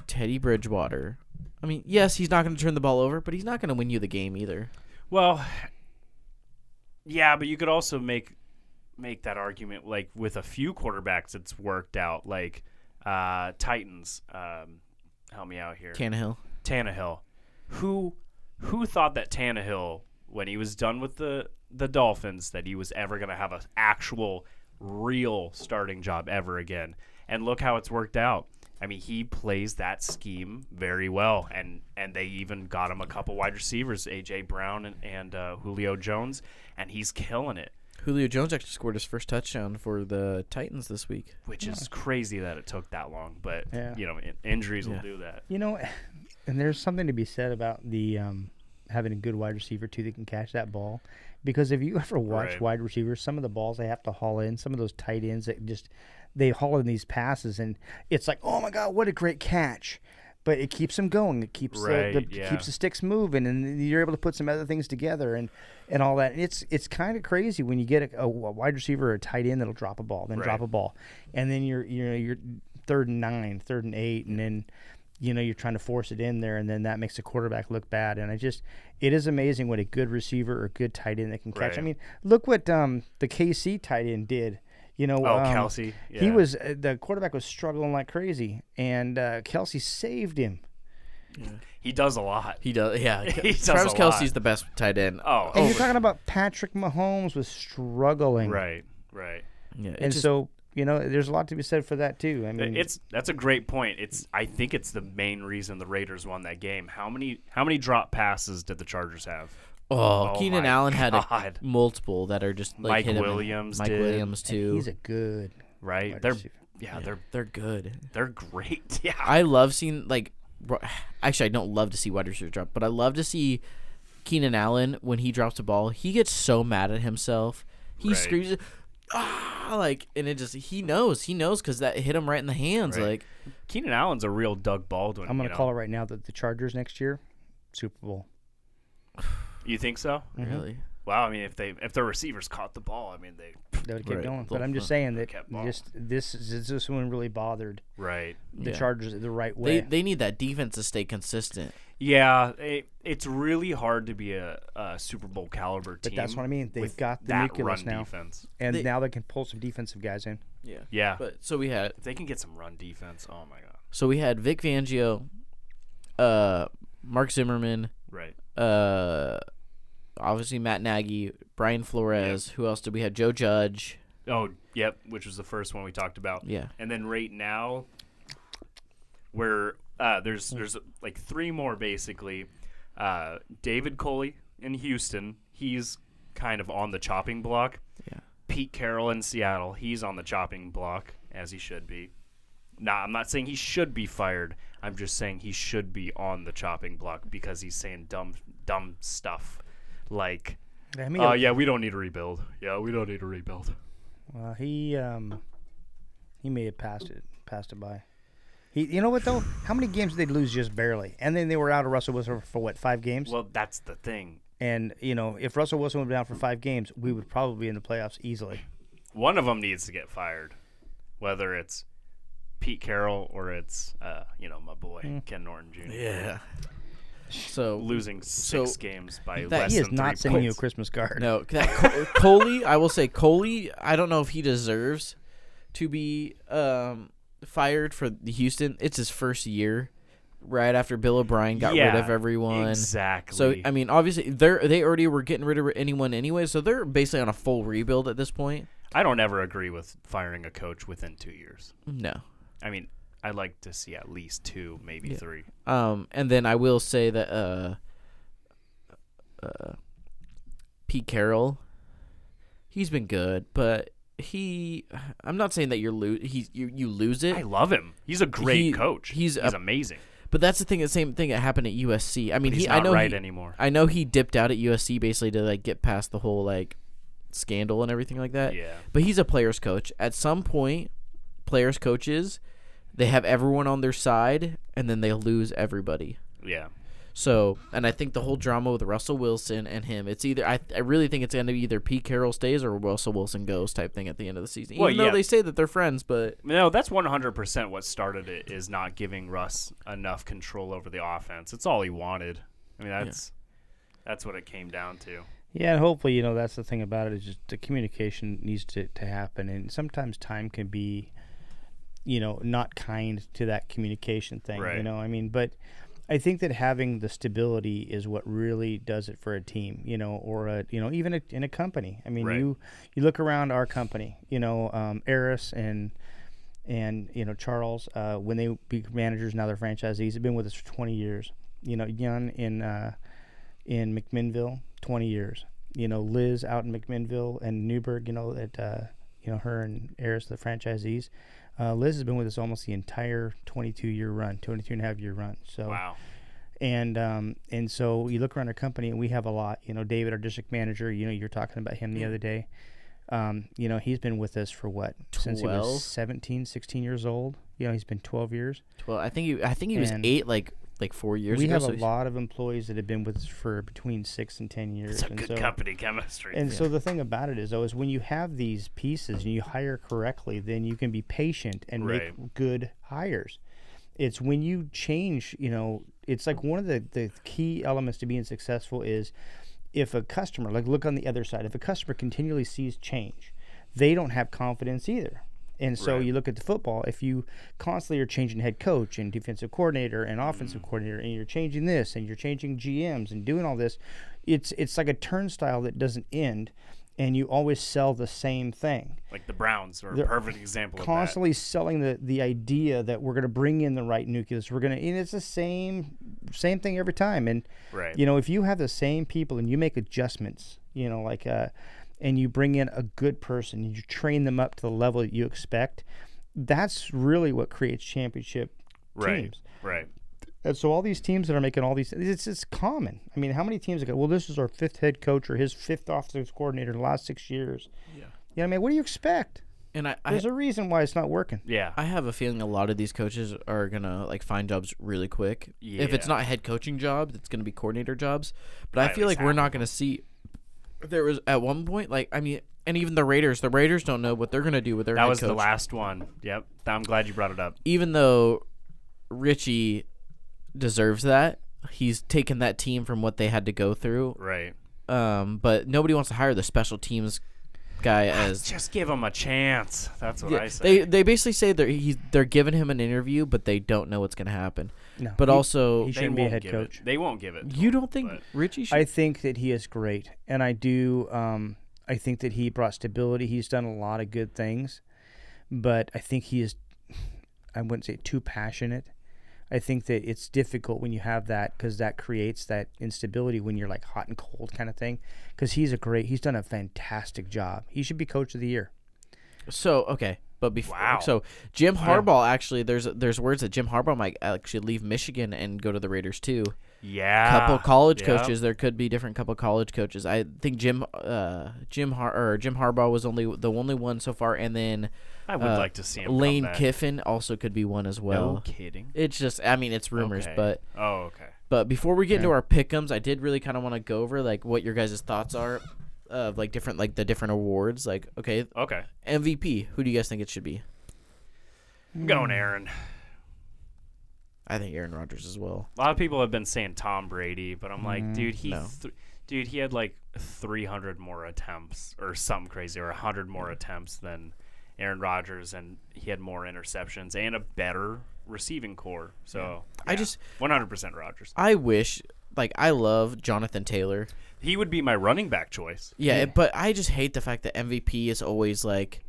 Teddy Bridgewater. I mean, yes, he's not going to turn the ball over, but he's not going to win you the game either. Well, yeah, but you could also make make that argument like with a few quarterbacks it's worked out like uh Titans um help me out here. Tannehill. Tannehill. Who who thought that Tannehill when he was done with the the Dolphins that he was ever going to have an actual real starting job ever again. And look how it's worked out. I mean, he plays that scheme very well, and, and they even got him a couple wide receivers, AJ Brown and, and uh, Julio Jones, and he's killing it, Julio Jones actually scored his first touchdown for the Titans this week. which is crazy that it took that long. But Yeah. you know, in- injuries will do that. You know, and there's something to be said about the um, having a good wide receiver too that can catch that ball, because if you ever watch Right. wide receivers, some of the balls they have to haul in, some of those tight ends that just they haul in these passes, and it's like, oh my god, what a great catch! But it keeps them going. It keeps the, Right, the yeah. keeps the sticks moving, and you're able to put some other things together and, and all that. And it's it's kind of crazy when you get a, a wide receiver or a tight end that'll drop a ball, then drop Right. a ball, and then you're you know you're third and nine, third and eight, and then you know you're trying to force it in there, and then that makes the quarterback look bad. And I just it is amazing what a good receiver or good tight end that can catch. I Right. mean, look what um, the KC tight end did. You know, Oh, um, Kelsey, He yeah. was uh, the quarterback was struggling like crazy, and uh, Kelsey saved him. He does a lot. He does, yeah. He does Travis a lot. Kelsey's the best tight end. Oh, And you're talking about Patrick Mahomes was struggling, right, right. yeah, it And just- so you know, there's a lot to be said for that too. I mean, It's that's a great point. It's I think it's the main reason the Raiders won that game. How many how many drop passes did the Chargers have? oh, oh Keenan my Allen had a, God. multiple that are just like Mike hit him in- Williams Mike did. Williams too. he's a good Right? Wide They're receiver. yeah, they're They're good. they're great. Yeah. I love seeing like, ro- actually, I don't love to see wide receivers drop, but I love to see Keenan Allen when he drops a ball. He gets so mad at himself. He Right. screams, ah, like, and it just he knows, he knows because that hit him right in the hands. Right. Like, Keenan Allen's a real Doug Baldwin. I'm going you to know? call it right now that the Chargers next year, Super Bowl. You think so? really, Wow, I mean if they if their receivers caught the ball, I mean they They would keep Right. going. Well, But I'm just huh. saying that Kept ball. just this is this one really bothered Right. the Yeah. Chargers the right they way. they need that defense to stay consistent. Yeah, it, it's really hard to be a, a Super Bowl caliber team. But that's what I mean. They've with got the that nucleus run now. defense. and they- now they can pull some defensive guys in. Yeah, Yeah. But so we had if they can get some run defense, oh my god. so we had Vic Fangio, uh, Mark Zimmerman, Right. uh, obviously Matt Nagy, Brian Flores. Who else did we have? Joe Judge. Oh, yep, which was the first one we talked about. Yeah. And then right now, we're uh, there's there's like three more basically. Uh, David Coley in Houston, he's kind of on the chopping block. Yeah. Pete Carroll in Seattle, he's on the chopping block as he should be. Nah, I'm not saying he should be fired. I'm just saying he should be on the chopping block because he's saying dumb dumb stuff like, I mean, "Oh yeah, we don't need to rebuild. Yeah, we don't need to rebuild." well, he um, he may have passed it passed it by. He, you know what though? How many games did they lose just barely? And then they were out of Russell Wilson for what five games? Well, that's the thing. and you know, if Russell Wilson went down for five games, we would probably be in the playoffs easily. One of them needs to get fired, whether it's Pete Carroll or it's uh, you know my boy Ken Norton Jr. Mm. Yeah. So losing six So- games by That- less He is than not three sending you a points. Christmas card. no, that Col- Coley, I will say Coley. I don't know if he deserves to be um, fired for the Houston. It's his first year, right after Bill O'Brien got yeah, rid of everyone. Exactly. So I mean, obviously they're they already were getting rid of anyone anyway. So they're basically on a full rebuild at this point. I don't ever agree with firing a coach within two years. No, I mean, I'd like to see at least two, maybe three. Um, and then I will say that uh, uh, Pete Carroll, he's been good, but he, I'm not saying that you're lo- he's you you lose it. I love him. He's a great He- coach. he's He's, a- amazing. But that's the thing. The same thing that happened at USC. I mean, But he's he, I not know right he- anymore. I know he dipped out at USC basically to like get past the whole like scandal and everything like that. Yeah. But he's a players coach. At some point, players coaches, they have everyone on their side, and then they lose everybody. Yeah. So, and I think the whole drama with Russell Wilson and him, it's either I, I really think it's going to be either Pete Carroll stays or Russell Wilson goes type thing at the end of the season. Even Well, though yeah. they say that they're friends, but No, that's 100% what started it is not giving Russ enough control over the offense. It's all he wanted. I mean, that's that's what it came down to. Yeah, and hopefully, you know, that's the thing about it is just the communication needs to, to happen. And sometimes time can be, you know, not kind to that communication thing. You Right. know, I mean, but I think that having the stability is what really does it for a team, you know, or a, you know, even a, in a company. I mean, Right. you you look around our company, you know, um, Eris and and you know Charles, uh, when they be managers now they're franchisees. Have been with us for 20 years. You know, Jan in uh, in McMinnville, 20 years. You know, Liz out in McMinnville and Newberg. You know that uh, you know her and Eris, the franchisees. Uh, Liz has been with us almost the entire 22 year run, 22 and a half year run. So Wow. and um, and so you look around our company, and we have a lot. You know, David, our district manager. You know, you were talking about him Mm. the other day. Um, you know, he's been with us for what since he 12? was 17, 16 years old. You know, he's been twelve years. well, I think he, I think he was And- eight like like four years we ago. have so a he's- lot of employees that have been with us for between six and ten It's years. a and good so, company chemistry. And so the thing about it is, though, is when you have these pieces and you hire correctly, then you can be patient and make Right. good hires. It's when you change, you know, it's like one of the, the key elements to being successful is if a customer, like look on the other side, if a customer continually sees change, they don't have confidence either. And so you look at the football, if you constantly are changing head coach and defensive coordinator and offensive coordinator and you're changing this and you're changing GMs and doing all this, it's it's like a turnstile that doesn't end and you always sell the same thing like the Browns are a perfect example of that. constantly selling the the idea that we're going to bring in the right nucleus. We're going to, and it's the same same thing every time. And Right. you know, if you have the same people and you make adjustments, you know, like uh, and you bring in a good person, and you train them up to the level that you expect. That's really what creates championship Right. teams. Right. And so all these teams that are making all these, it's it's common. I mean, how many teams go? Well, this is our fifth head coach or his fifth offensive coordinator in the last six years. Yeah. You know what I mean? What do you expect? and I, I There's a reason why it's not working. Yeah. I have a feeling a lot of these coaches are gonna like find jobs really quick. If it's Yeah. not head coaching jobs, it's gonna be coordinator jobs. But I at feel least like we're half not gonna see. There was at one point, like I mean, and even the Raiders, the Raiders don't know what they're gonna do with their that head was the coach. last one. Yep. I'm glad you brought it up. Even though Richie deserves that, he's taken that team from what they had to go through. Right. Um, but nobody wants to hire the special teams guy as Just give him a chance. That's what I say. They they basically say they're he's, they're giving him an interview, but they don't know what's going to happen. No, but he- also, he They shouldn't be a won't head give it- coach. They won't give it. to you him, don't think but- Richie should? I think that he is great, and I do. Um, I think that he brought stability. He's done a lot of good things, but I think he is. I wouldn't say too passionate. I think that it's difficult when you have that because that creates that instability when you're like hot and cold kind of thing. Because he's a great. He's done a fantastic job. He should be coach of the year. so okay, but before Wow. so Jim Harbaugh actually there's there's words that Jim Harbaugh might actually leave Michigan and go to the Raiders too. Ah, Yeah. Couple college Yep. coaches, there could be different couple college coaches. I think Jim uh Jim Har- or Jim Harbaugh was only the only one so far, and then I would uh, like to see him. come Lane back. Kiffin also could be one as well. No kidding. It's just I mean it's rumors, Okay. but Oh, okay. But before we get into our pickums, I did really kind of want to go over like what your guys' thoughts are of like different like the different awards. Like, okay, Okay. MVP. Who do you guys think it should be? I'm Hmm. going Aaron. I think Aaron Rodgers as well. A lot of people have been saying Tom Brady, but I'm like, dude, he, no. th- dude, he had like 300 more attempts or something crazy, or 100 more attempts than Aaron Rodgers, and he had more interceptions and a better receiving core. So I just 100% Rodgers. I wish like I love Jonathan Taylor. He would be my running back choice. Yeah, but I just hate the fact that MVP is always like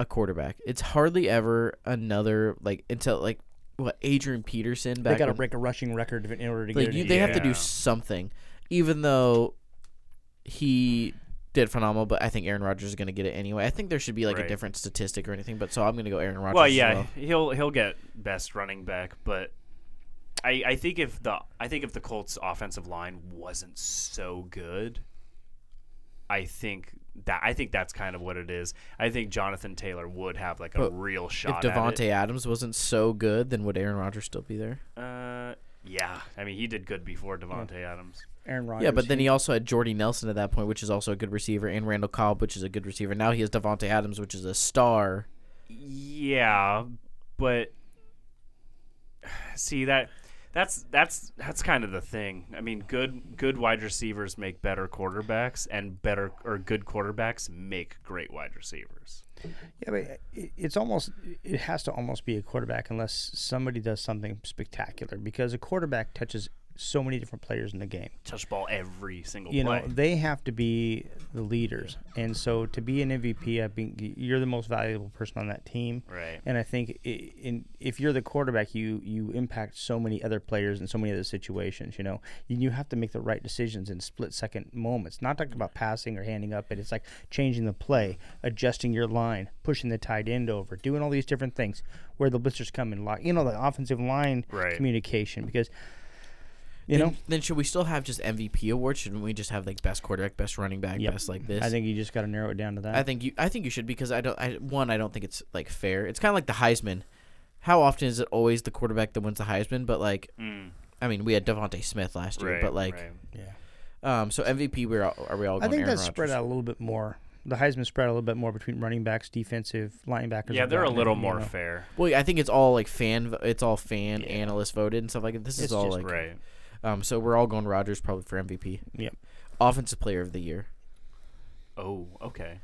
a quarterback. It's hardly ever another like until like what Adrian Peterson back They got to when- break a rushing record in order to like get you, it. they have to Yeah. do something, even though he did phenomenal. But I think Aaron Rodgers is going to get it anyway. I think there should be like a Right. different statistic or anything. But so I'm going to go Aaron Rodgers. Well, as yeah, well. he'll he'll get best running back, but I I think if the I think if the Colts offensive line wasn't so good, I think that I think that's kind of what it is. I think Jonathan Taylor would have like a But real If shot. at Devonte it. Adams wasn't so good, then would Aaron Rodgers still be there? uh, yeah, I mean he did good before Devonte Adams. Aaron Rodgers. Yeah, but then he also had Jordy Nelson at that point, which is also a good receiver, and Randall Cobb, which is a good receiver. Now he has Devonte Adams, which is a star. Yeah, but see that that's that's that's kind of the thing. I mean, good good wide receivers make better quarterbacks, and better or good quarterbacks make great wide receivers. Yeah, but it, it's almost it has to almost be a quarterback unless somebody does something spectacular because a quarterback touches so many different players in the game. Touch ball every single You play. know, they have to be the leaders, and so to be an MVP, I think you're the most valuable person on that team. Right. And I think i in, if you're the quarterback, you you impact so many other players in so many other situations. You know, and you have to make the right decisions in split second moments. Not talking about passing or handing up, but it's like changing the play, adjusting your line, pushing the tight end over, doing all these different things where the blitzers come and lock. You know, the offensive line Right. communication because you know Then, then should we still have just MVP awards? Shouldn't we just have like best quarterback, best running back, Yep. best like this? I think you just got to narrow it down to that. I think you I think you should because I don't I one I don't think it's like fair. It's kind of like the Heisman. How often is it always the quarterback that wins the Heisman? But like, I mean, we had Devonte Smith last year, Hmm. Right, but like, right. yeah. um, so MVP, we're all, are we all? I Going think Aaron that's spread Rodgers? out a little bit more. The Heisman spread a little bit more between running backs, defensive linebackers. yeah, and they're a whatnot, little you more know. fair. Well, I think it's all like fan. vo- It's all fan analyst voted and stuff like that. This is It's all just like Right. Um, so we're all going Rodgers probably for MVP, Yep. offensive player of the year. Oh, okay.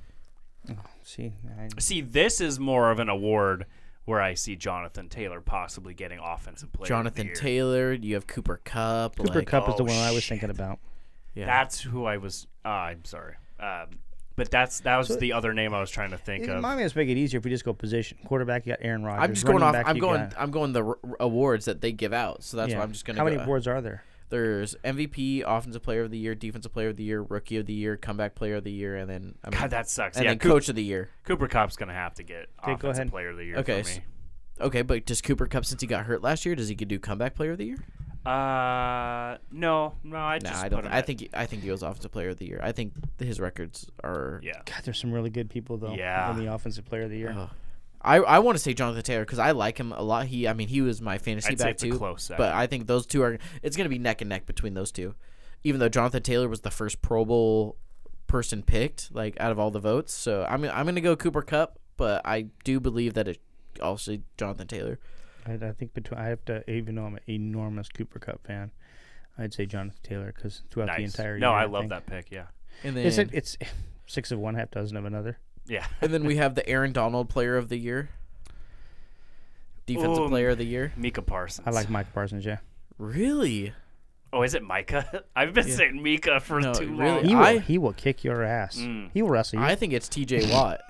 See, I, See, this is more of an award where I see Jonathan Taylor possibly getting offensive player. of the Jonathan year. Taylor. You have Cooper Cup. Cooper like, Cup is the oh, one I was thinking about. Yeah. That's who I was. Uh, I'm sorry, um, but that's that was the other name I was trying to think It of. might just make it easier if we just go position. Quarterback, you got Aaron Rodgers. I'm just going Running off. back, I'm you going. got- I'm going the r- r- awards that they give out. So that's yeah. why I'm just going to. How go, uh, many awards are there? There's MVP, offensive player of the year, defensive player of the year, rookie of the year, comeback player of the year, and then I mean, God, that sucks. and yeah, then Coop- coach of the year. Cooper Cop's gonna have to get go offensive ahead. player of the year Okay, for s- me. Okay, but does Cooper Cup since he got hurt last year, does he could do comeback player of the year? Uh, no, no, I No, just I put don't. him Think, I at- think he- I think he was offensive player of the year. I think his records are. yeah. God, there's some really good people though. Yeah. In the offensive player of the year. Ugh. I, I want to say Jonathan Taylor because I like him a lot. He I mean he was my fantasy I'd say back it's a too, close second. but I think those two are it's going to be neck and neck between those two. Even though Jonathan Taylor was the first Pro Bowl person picked, like out of all the votes, so I'm I'm going to go Cooper Cup, but I do believe that it also Jonathan Taylor. I, I think between I have to even though I'm an enormous Cooper Cup fan, I'd say Jonathan Taylor because throughout the Nice. entire no, year. I love think- that pick. Yeah, And then Is it? It's six of one, half dozen of another. yeah. and then we have the Aaron Donald Player of the Year, Defensive Ooh. Player of the Year. Mika Parsons. I like Mike Parsons. Yeah. Really? Oh, is it Micah? I've been saying Mika for No, too really. long. He will, I- he will kick your ass. Mm. He will wrestle you. hmm? I think it's T.J. Watt.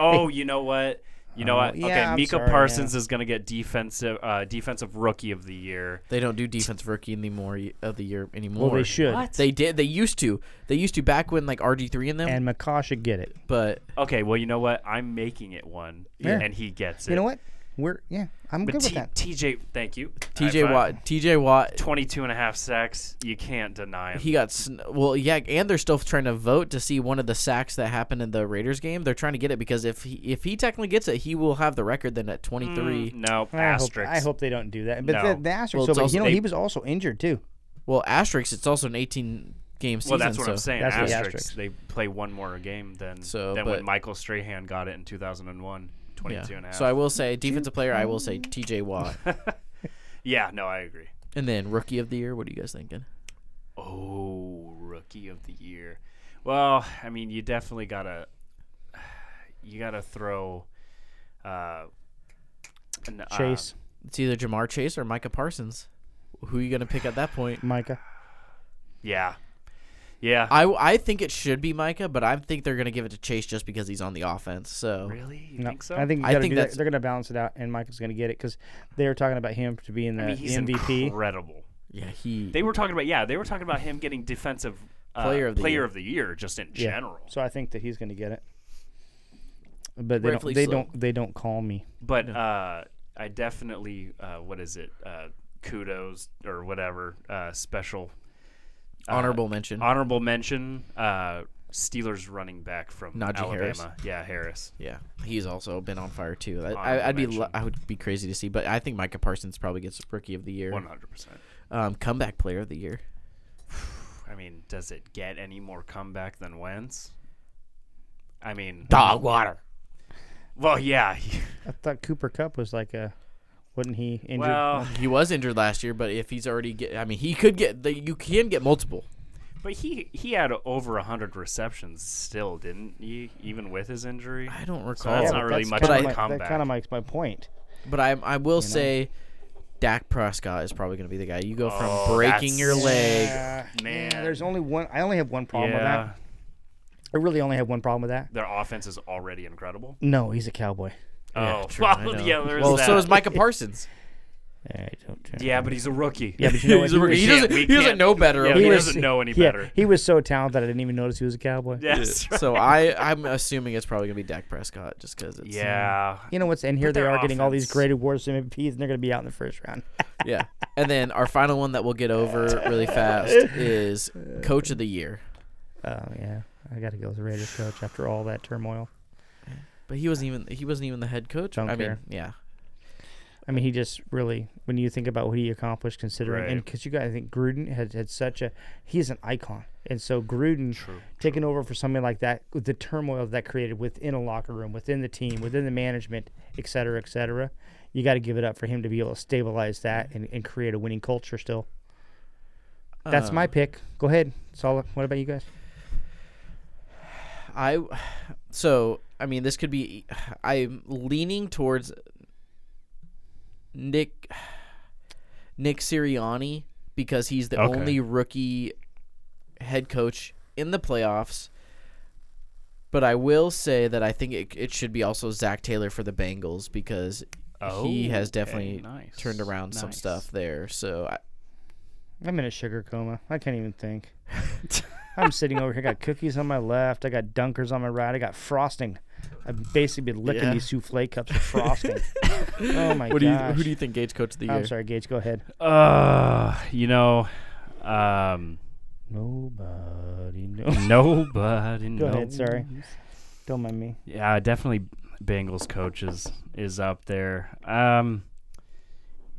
Oh, you know what? You know Oh, what? yeah, okay, I'm Mika sorry, yeah. Parsons is gonna get defensive uh, defensive rookie of the year. They don't do defense rookie anymore of the year anymore. well, they should. They did. They used to. They used to back when like RG three in them. And McCaw should get it. but Okay, well, you know what? I'm making it one, Yeah. and he gets it. You know what? We're yeah. I'm But good T- with that. TJ, thank you. High TJ five. Watt. TJ Watt. 22 and a half sacks. You can't deny him. He got sn- well. Yeah, and they're still trying to vote to see one of the sacks that happened in the Raiders game. They're trying to get it because if he if he technically gets it, he will have the record then at twenty Mm, three. no, I hope, asterisk. I hope they don't do that. But No. the, the asterisk, Well, so, it's but also- you know, they- he was also injured too. Well, asterisk. It's also an eighteen game season. well, that's what so. I'm saying. That's the Asterisk. asterisk. They play one more game than, So, than but- when Michael Strahan got it in 2001. 22 Yeah. and a half. So I will say defensive player. I will say TJ Watt, yeah, no, I agree. and then rookie of the year. What are you guys thinking? Oh, rookie of the year. Well, I mean, you definitely gotta you gotta throw uh, an, uh, Chase, It's either Jamar Chase or Micah Parsons. Who are you gonna pick at that point? Micah. yeah, Yeah. I, I think it should be Micah, but I think they're gonna give it to Chase just because he's on the offense. So really? You No, think so? I think you I gotta think do that. that's- They're going to balance it out, and Michael's going to get it because they were talking about him to being the I uh, mean, he's MVP. incredible. yeah, he They were talking about yeah, they were talking about him getting defensive uh, Player of the player year. of the year just in Yeah. general. So I think that he's going to get it. But they Rightfully don't. They so. don't. They don't call me. But uh, I definitely uh, what is it? Uh, kudos or whatever uh, special uh, honorable mention. honorable mention. Uh, Steelers running back from Najee Alabama. Harris. Yeah, Harris. yeah, he's also been on fire too. I, Honorable I, I'd be mention. lo- I would be crazy to see, but I think Micah Parsons probably gets rookie of the year, One hundred percent. um, comeback player of the year. I mean, does it get any more comeback than Wentz? I mean, Dog water. well, yeah. I thought Cooper Cup was like a. Wasn't he injured? Well, He was injured last year, but if he's already get, I mean, he could get the, you can get multiple. But he he had over hundred receptions still, didn't he? Even with his injury, I don't So recall, that's Yeah, not but really that's much of kinda a my- comeback. That kind of makes my point. but I I will say, Dak Prescott is probably going to be the guy. You go from Oh, breaking your that's- leg. Yeah, Man. there's only one. I only have one problem with yeah, that. I really only have one problem with that. their offense is already incredible. No, he's a cowboy. Oh, true, I well, know. yeah, there's well, that. so is Micah Parsons. I don't care. Yeah, but he's a rookie. Yeah, but you know what? He's a was- rookie. He doesn't, we he doesn't can't- know better. yeah, okay? he was- doesn't know any yeah, better. he was so talented. I didn't even notice he was a cowboy. Yes. So I, I'm assuming it's probably gonna be Dak Prescott just because it's Yeah. You know what's in here? They their are getting all these offense- great awards and MVPs, and they're going to be out in the first round. yeah. And then our final one that we'll get over really fast is Coach of the Year, Oh yeah, I got to go with the Raiders coach after all that turmoil. but he wasn't even he wasn't even the head coach. Don't I mean, care. yeah, I mean, he just really, when you think about what he accomplished, considering, and Right. because you got, I think Gruden had had such a, he's an icon, and so Gruden taking over for something like that, with the turmoil that created within a locker room, within the team, within the management, et cetera, et cetera, you got to give it up for him to be able to stabilize that and, and create a winning culture still. That's my pick. Go ahead, Saul. What about you guys? I. So I mean, this could be. I'm leaning towards Nick Nick Sirianni because he's the Okay. only rookie head coach in the playoffs. But I will say that I think it, it should be also Zach Taylor for the Bengals because he has Oh, Okay, definitely nice, turned around some nice. stuff there. So I, I'm in a sugar coma. I can't even think. I'm sitting over here. Got cookies on my left. I got Dunkers on my right. I got frosting. I've basically been licking Yeah. these souffle cups with frosting. oh my what do you gosh. who do you think Gage coach of the year? I'm sorry, Gage. Go ahead. Uh, you know, Um, Nobody knows. nobody knows. Go ahead. Sorry. Don't mind me. Yeah, definitely Bengals coach is, is up there. Um,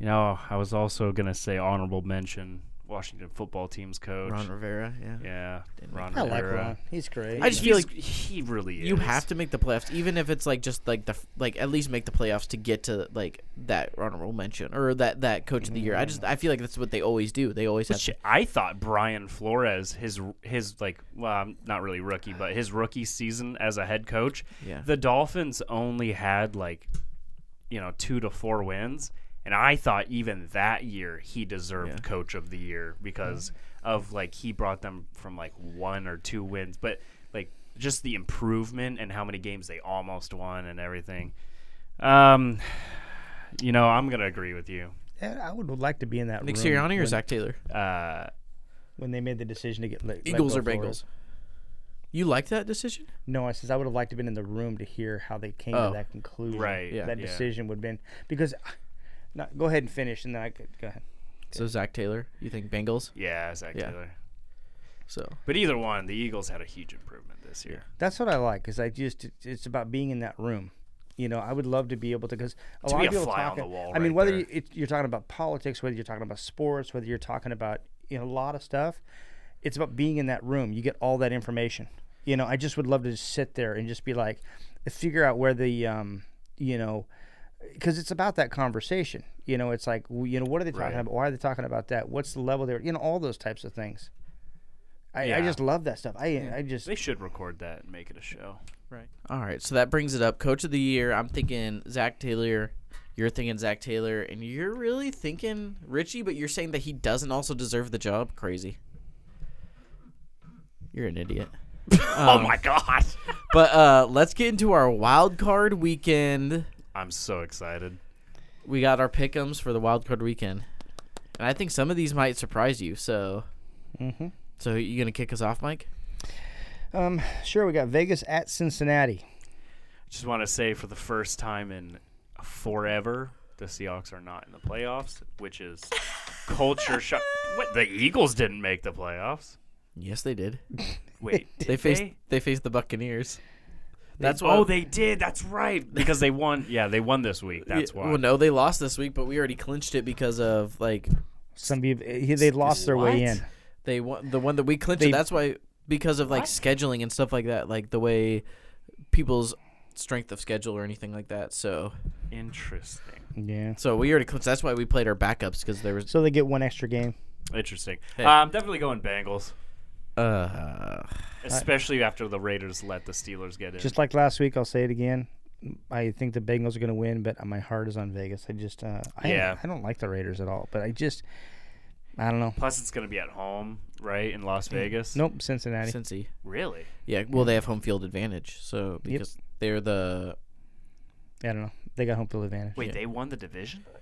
you know, I was also going to say honorable mention Washington football team's coach. Ron Rivera, yeah. Yeah, Ron I like Rivera. Ron. He's great. I just feel He's- like he really is. you have to make the playoffs, even if it's like just like the f- like at least make the playoffs to get to like that honorable mention or that that coach of the year. I just I feel like that's what they always do. They always have. Which To, I thought Brian Flores his his like well I'm not really rookie but his rookie season as a head coach Yeah. the Dolphins only had like you know 2 to 4 wins and I thought even that year he deserved coach of the year because of like he brought them from like one or two wins but like just the improvement and how many games they almost won and everything um you know I'm going to agree with you Yeah, I would like to be in that Nick room Sirianni or when, Zach Taylor? uh when they made the decision to get let, let Eagles go or Flores. Bengals? You like that decision? No, I says I would have liked to been in the room to hear how they came Oh. to that conclusion. Right, Yeah. That yeah. decision would have been because. No, go ahead and finish, and then I could go ahead. So Zach Taylor, you think Bengals? yeah Zach Yeah. Taylor So But either one, the Eagles had a huge improvement this year. That's what I like. Is I just it- it's about being in that room. You know, I would love to be able to because a lot be of a people fly on talking. the wall I mean, right whether there. you, it, you're talking about politics, whether you're talking about sports, whether you're talking about you know, a lot of stuff, it's about being in that room. You get all that information. You know, I just would love to just sit there and just be like, figure out where the um, you know, because it's about that conversation. You know, it's like w- you know, what are they talking about? Why are they talking about that? What's the level they're? You know, all those types of things. I, I Yeah. just love that stuff. I I just They should record that and make it a show. right. All right. So that brings it up. Coach of the year. I'm thinking Zach Taylor. You're thinking Zach Taylor, and you're really thinking Richie, but you're saying that he doesn't also deserve the job. Crazy. You're an idiot. oh my god! But uh, let's get into our wild card weekend. I'm so excited. We got our pickums for the wild card weekend, and I think some of these might surprise you. So, Mm-hmm. so you gonna kick us off, Mike? Um, sure, we got Vegas at Cincinnati. Just want to say for the first time in forever, the Seahawks are not in the playoffs, which is culture shock. What the Eagles didn't make the playoffs. Yes, they did. Wait, They did faced they, faced the Buccaneers. That's why. Oh, they did. That's right. Because they won. Yeah, they won this week. That's why. Well, no, they lost this week, but we already clinched it because of like Some people they lost their way in. They won the one that we clinched. They- it. That's why because of like scheduling and stuff like that, like the way people's strength of schedule or anything like that. So Interesting. Yeah. so we already clinched. That's why we played our backups because there was So they get one extra game. Interesting. Um, definitely going Bengals, uh especially after the Raiders let the Steelers get in. Just like last week, I'll say it again. I think the Bengals are going to win, but my heart is on Vegas. I just, uh, I, Yeah. I don't like the Raiders at all. But I just, I don't know. Plus, it's going to be at home, right, in Las Vegas. Nope, Cincinnati. Cincy. Really? Yeah, well they have home field advantage. So because they're the I don't know. They got home field advantage. Wait, they won the division? Mm-hmm.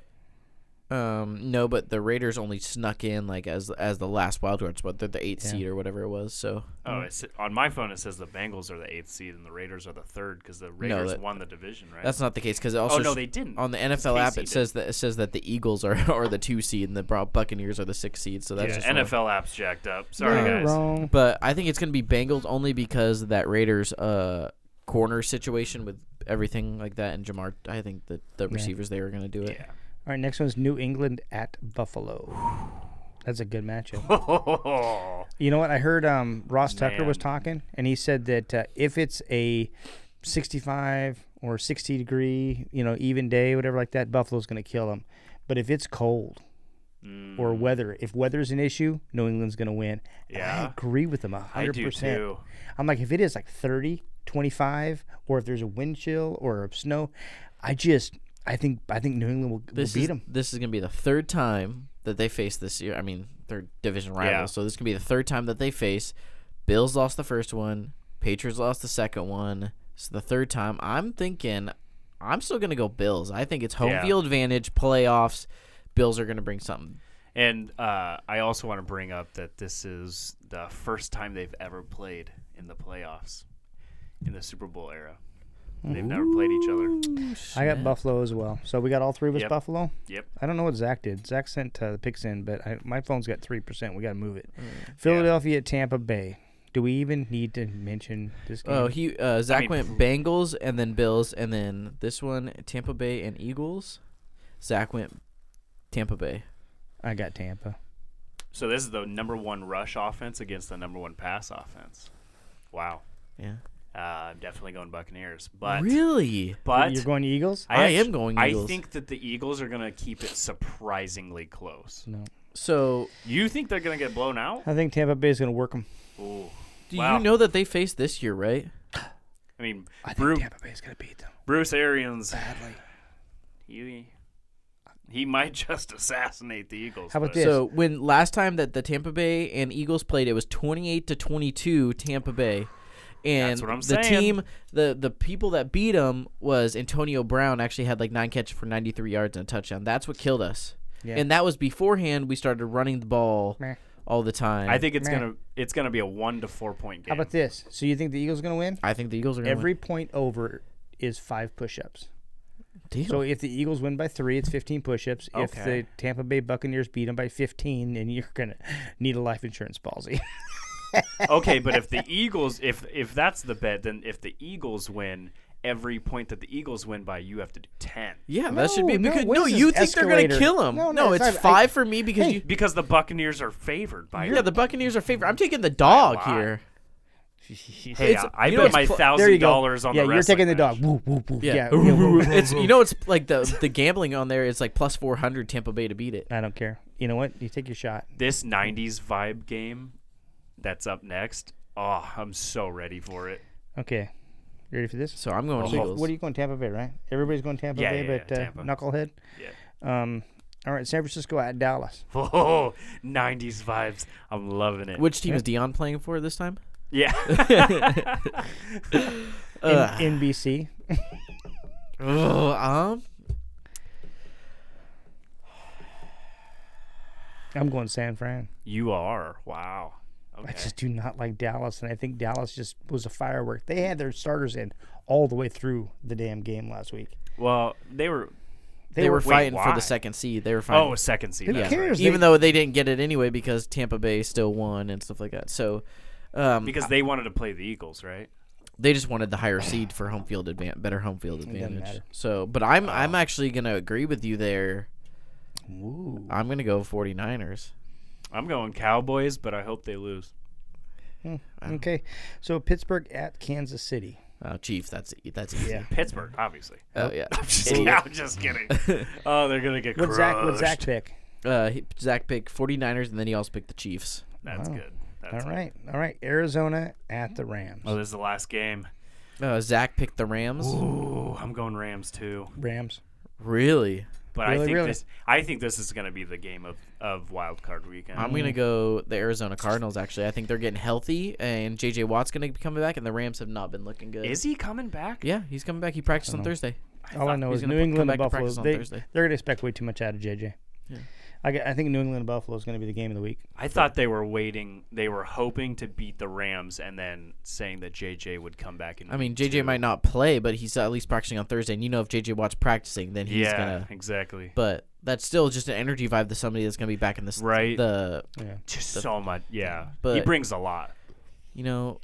um no, but the Raiders only snuck in like as as the last wild cards, but they're the eighth seed or whatever it was. So Oh, it's, on my phone it says the Bengals are the eighth seed and the Raiders are the third because the Raiders that- won the division, right? that's not the case because also Oh, no, sh- they didn't. on the NFL app KC it did. says that it says that the Eagles are are the two seed and the Bro- Buccaneers are the six seed. So that's yeah, just one of- NFL apps jacked up. Sorry, You're guys. wrong. But I think it's going to be Bengals only because of that Raiders uh corner situation with everything like that and Jamar. I think that the receivers there are going to do it. Yeah. All right, next one's New England at Buffalo. That's a good matchup. You know what? I heard um, Ross Tucker was Man. talking, and he said that uh, if it's a 65 or 60 degree, you know, even day, whatever like that, Buffalo's going to kill them. But if it's cold or Mm. weather, if weather's an issue, New England's going to win. And Yeah. I agree with him 100%. I do too. I'm like, if it is like 30, 25, or if there's a wind chill or snow, I just, I think, I think New England will, will This beat is, them. This is going to be the third time that they face this year. I mean, third division rival. Yeah. So this could be the third time that they face. Bills lost the first one. Patriots lost the second one. It's the third time. I'm thinking, I'm still going to go Bills. I think it's home Yeah. field advantage, playoffs. Bills are going to bring something. And uh, I also want to bring up that this is the first time they've ever played in the playoffs in the Super Bowl era. They've never played each other. I got Buffalo as well. So we got all three of us Yep. Buffalo. Yep. I don't know what Zach did. Zach sent uh, the picks in, but I, my phone's got three percent. We got to move it. Philadelphia at Tampa Bay. Do we even need to mention this game? Oh, he uh, Zach mean- went Bengals and then Bills and then this one Tampa Bay and Eagles. Zach went Tampa Bay. I got Tampa. So this is the number one rush offense against the number one pass offense. Wow. Yeah. Uh, I'm definitely going Buccaneers, but Really? but You're going Eagles. I am going I Eagles. think that the Eagles are going to keep it surprisingly close. So, You think they're going to get blown out? I think Tampa Bay's going to work them. Ooh. do Wow. you know that they faced this year, right? I mean, I think Bru- Tampa Bay's going to beat them Bruce Arians, badly. he he might just assassinate the Eagles. How about but- this? So, when last time that the Tampa Bay and Eagles played, it was 28 to 22 Tampa Bay. And That's what I'm the saying. team, the the people that beat them was Antonio Brown actually had like nine catches for 93 yards and a touchdown. That's what killed us. Yeah. And that was beforehand we started running the ball Meh. all the time. I think it's Man. gonna it's gonna be a one to four point game. How about this? So you think the Eagles are going to win? I think the Eagles are going to Every point over is five push-ups. Damn. So if the Eagles win by three, it's 15 push-ups. If Okay. the Tampa Bay Buccaneers beat them by 15, then you're going to need a life insurance policy. okay, but if the Eagles if if that's the bet, then if the Eagles win, every point that the Eagles win by, you have to do ten. Yeah, that should be No, no, because no, what is this you think they're escalator? gonna kill him. No, No, no, it's it's, not- I- five for me because Hey. you. Because the Buccaneers are favored by. Yeah, the Buccaneers are favorite. I'm taking the dog Why? here. hey, it's- I, I you know bet it's my pl- There you thousand go. dollars on yeah, the you're wrestling taking the match. dog. Woo, woo, woo. Yeah. Yeah, yeah, woo, woo. it's you know it's like the the gambling on there. It's like plus four hundred Tampa Bay to beat it. I don't care. You know what? You take your shot. This '90s vibe game, that's up next. Oh, I'm so ready for it. Okay. You ready for this? So I'm going Oh. Eagles. What are you going Tampa Bay, right? Everybody's going Tampa Yeah, Bay, yeah, yeah, but uh, Tampa. knucklehead. Yeah. Um, all right, San Francisco at Dallas. Oh, '90s vibes. I'm loving it. Which team is Dion playing for this time? Yeah. Ugh. N- NBC. Ugh, um, I'm going San Fran. you are. Wow. I Okay. just do not like Dallas, and I think Dallas just was a firework. They had their starters in all the way through the damn game last week. Well, they were. they, were wait, fighting for why? the second seed. They were fighting. Oh, second seed. Who that's right. cares? even They- though they didn't get it anyway because Tampa Bay still won and stuff like that. So um, Because they wanted to play the Eagles, right? they just wanted the higher seed for home field advantage, better home field advantage. matter. Oh. So, but I'm I'm actually gonna agree with you there. Ooh. I'm gonna go 49ers. I'm going Cowboys, but I hope they lose. Okay, so Pittsburgh at Kansas City. Oh, Chiefs. That's e- that's easy. Yeah. Pittsburgh, obviously. Oh yeah. I'm just, Idiot. I'm just kidding. Oh, they're gonna get What crushed. Zach? What Zach pick? Uh, he- Zach picked 49ers, and then he also picked the Chiefs. That's good. That's Oh, All right, all right. Arizona at the Rams. Oh, this is the last game. Uh, Zach picked the Rams. Ooh, I'm going Rams too. Rams. Really? But I Really, think really? this I think this is gonna be the game of, of wild card weekend. I'm gonna go the Arizona Cardinals. Actually, I think they're getting healthy, and JJ Watt's gonna be coming back, and the Rams have not been looking good. is Oh. he coming back? Yeah, he's coming back. He practiced on Thursday. All I know he's is gonna New put- England come back and to Buffalo. practice on They, Thursday. they're going to expect way too much out of JJ. I, g- I think New England and Buffalo is going to be the game of the week. I thought they were waiting they were hoping to beat the Rams and then saying that JJ would come back and I mean, JJ might not play, but he's at least practicing on Thursday. And you know, if JJ Watt's practicing, then he's Yeah, gonna. exactly. But that's still just an energy vibe to somebody that's gonna be back in this. Right. The Just so much yeah. he But- brings a lot, you know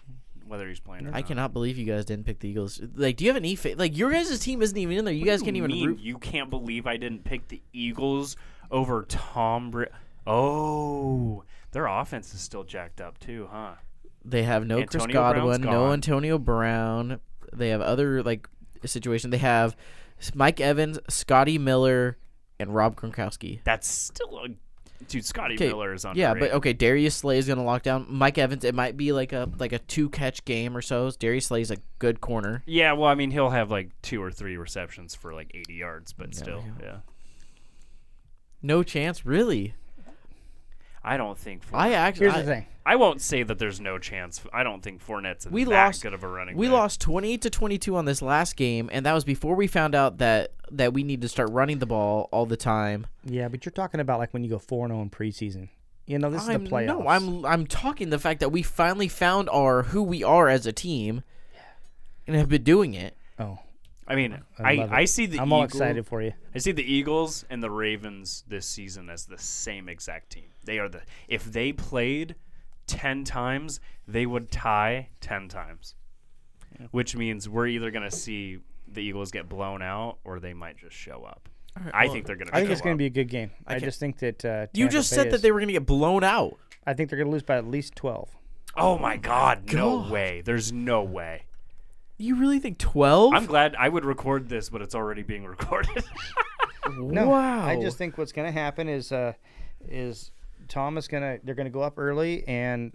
whether he's playing or I not. cannot believe you guys didn't pick the Eagles. Like, do you have any fa- like your guys' team isn't even in there. You guys you can't even mean? root. You can't believe I didn't pick the Eagles over Tom Br- Oh, their offense is still jacked up too, huh? They have no Chris Antonio Brown's Godwin, no gone. Antonio Brown. They have other like situation. They have Mike Evans, Scotty Miller, and Rob Gronkowski. That's still a dude. Scotty 'Kay, Miller is on. Yeah, but okay, Darius Slay is gonna lock down Mike Evans. It might be like a like a two catch game or so. Darius Slay's a good corner. yeah, well, I mean, he'll have like two or three receptions for like 80 yards, but still, yeah. No chance, really. I don't think. Fournette, I actually Here's the thing. I won't say that there's no chance. I don't think Fournette's We that lost- good of a running. We back. lost 28 to 22 on this last game, and that was before we found out that that we need to start running the ball all the time. Yeah, but you're talking about like when you go four and zero in preseason. You know this is I'm, the playoffs. no, I'm I'm talking the fact that we finally found our who we are as a team, and have been doing it. Oh, I mean, I I, love it. I, see the. I'm all Eagle- excited for you. I see the Eagles and the Ravens this season as the same exact team. They are the if they played 10 times, they would tie 10 times. Which means we're either going to see the Eagles get blown out or they might just show up. I think they're going to I think it's going to be a good game. I, just think that uh, You Tampa just Bay said is- that they were going to get blown out. I think they're going to lose by at least twelve. Oh my god, no way. There's no way. You really think 12? I'm glad I would record this, but it's already being recorded. No, wow. I just think what's going to happen is uh, is Tom is going to they're going to go up early and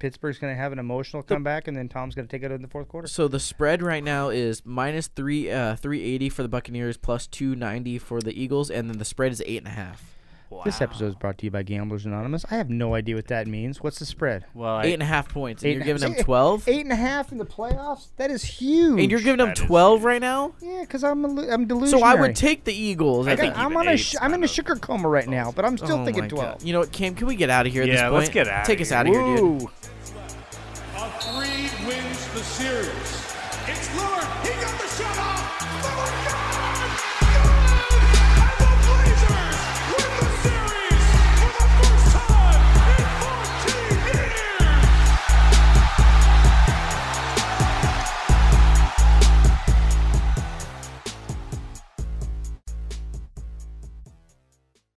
Pittsburgh's going to have an emotional comeback and then Tom's going to take it in the fourth quarter. So the spread right now is minus three uh three eighty for the Buccaneers, plus two ninety for the Eagles, and then the spread is eight and a half. This episode is brought to you by Gamblers Anonymous. I have no idea what that means. What's the spread? well, Eight and a half points. And Eight you're and- giving them see, twelve? Eight and a half in the playoffs. That is huge. And you're giving them That is twelve huge. right now? yeah, because I'm a, lu- I'm delusional. So I would take the Eagles. I I think. think I'm even on a eight's sh- I'm in kind a of- sugar coma right now, but I'm still Oh my thinking God. twelve. You know what, Cam? Can we get out of here? At Yeah, this let's point? get outta Take us here. out of here, dude. Ooh. A three wins the Oh series. It's loose.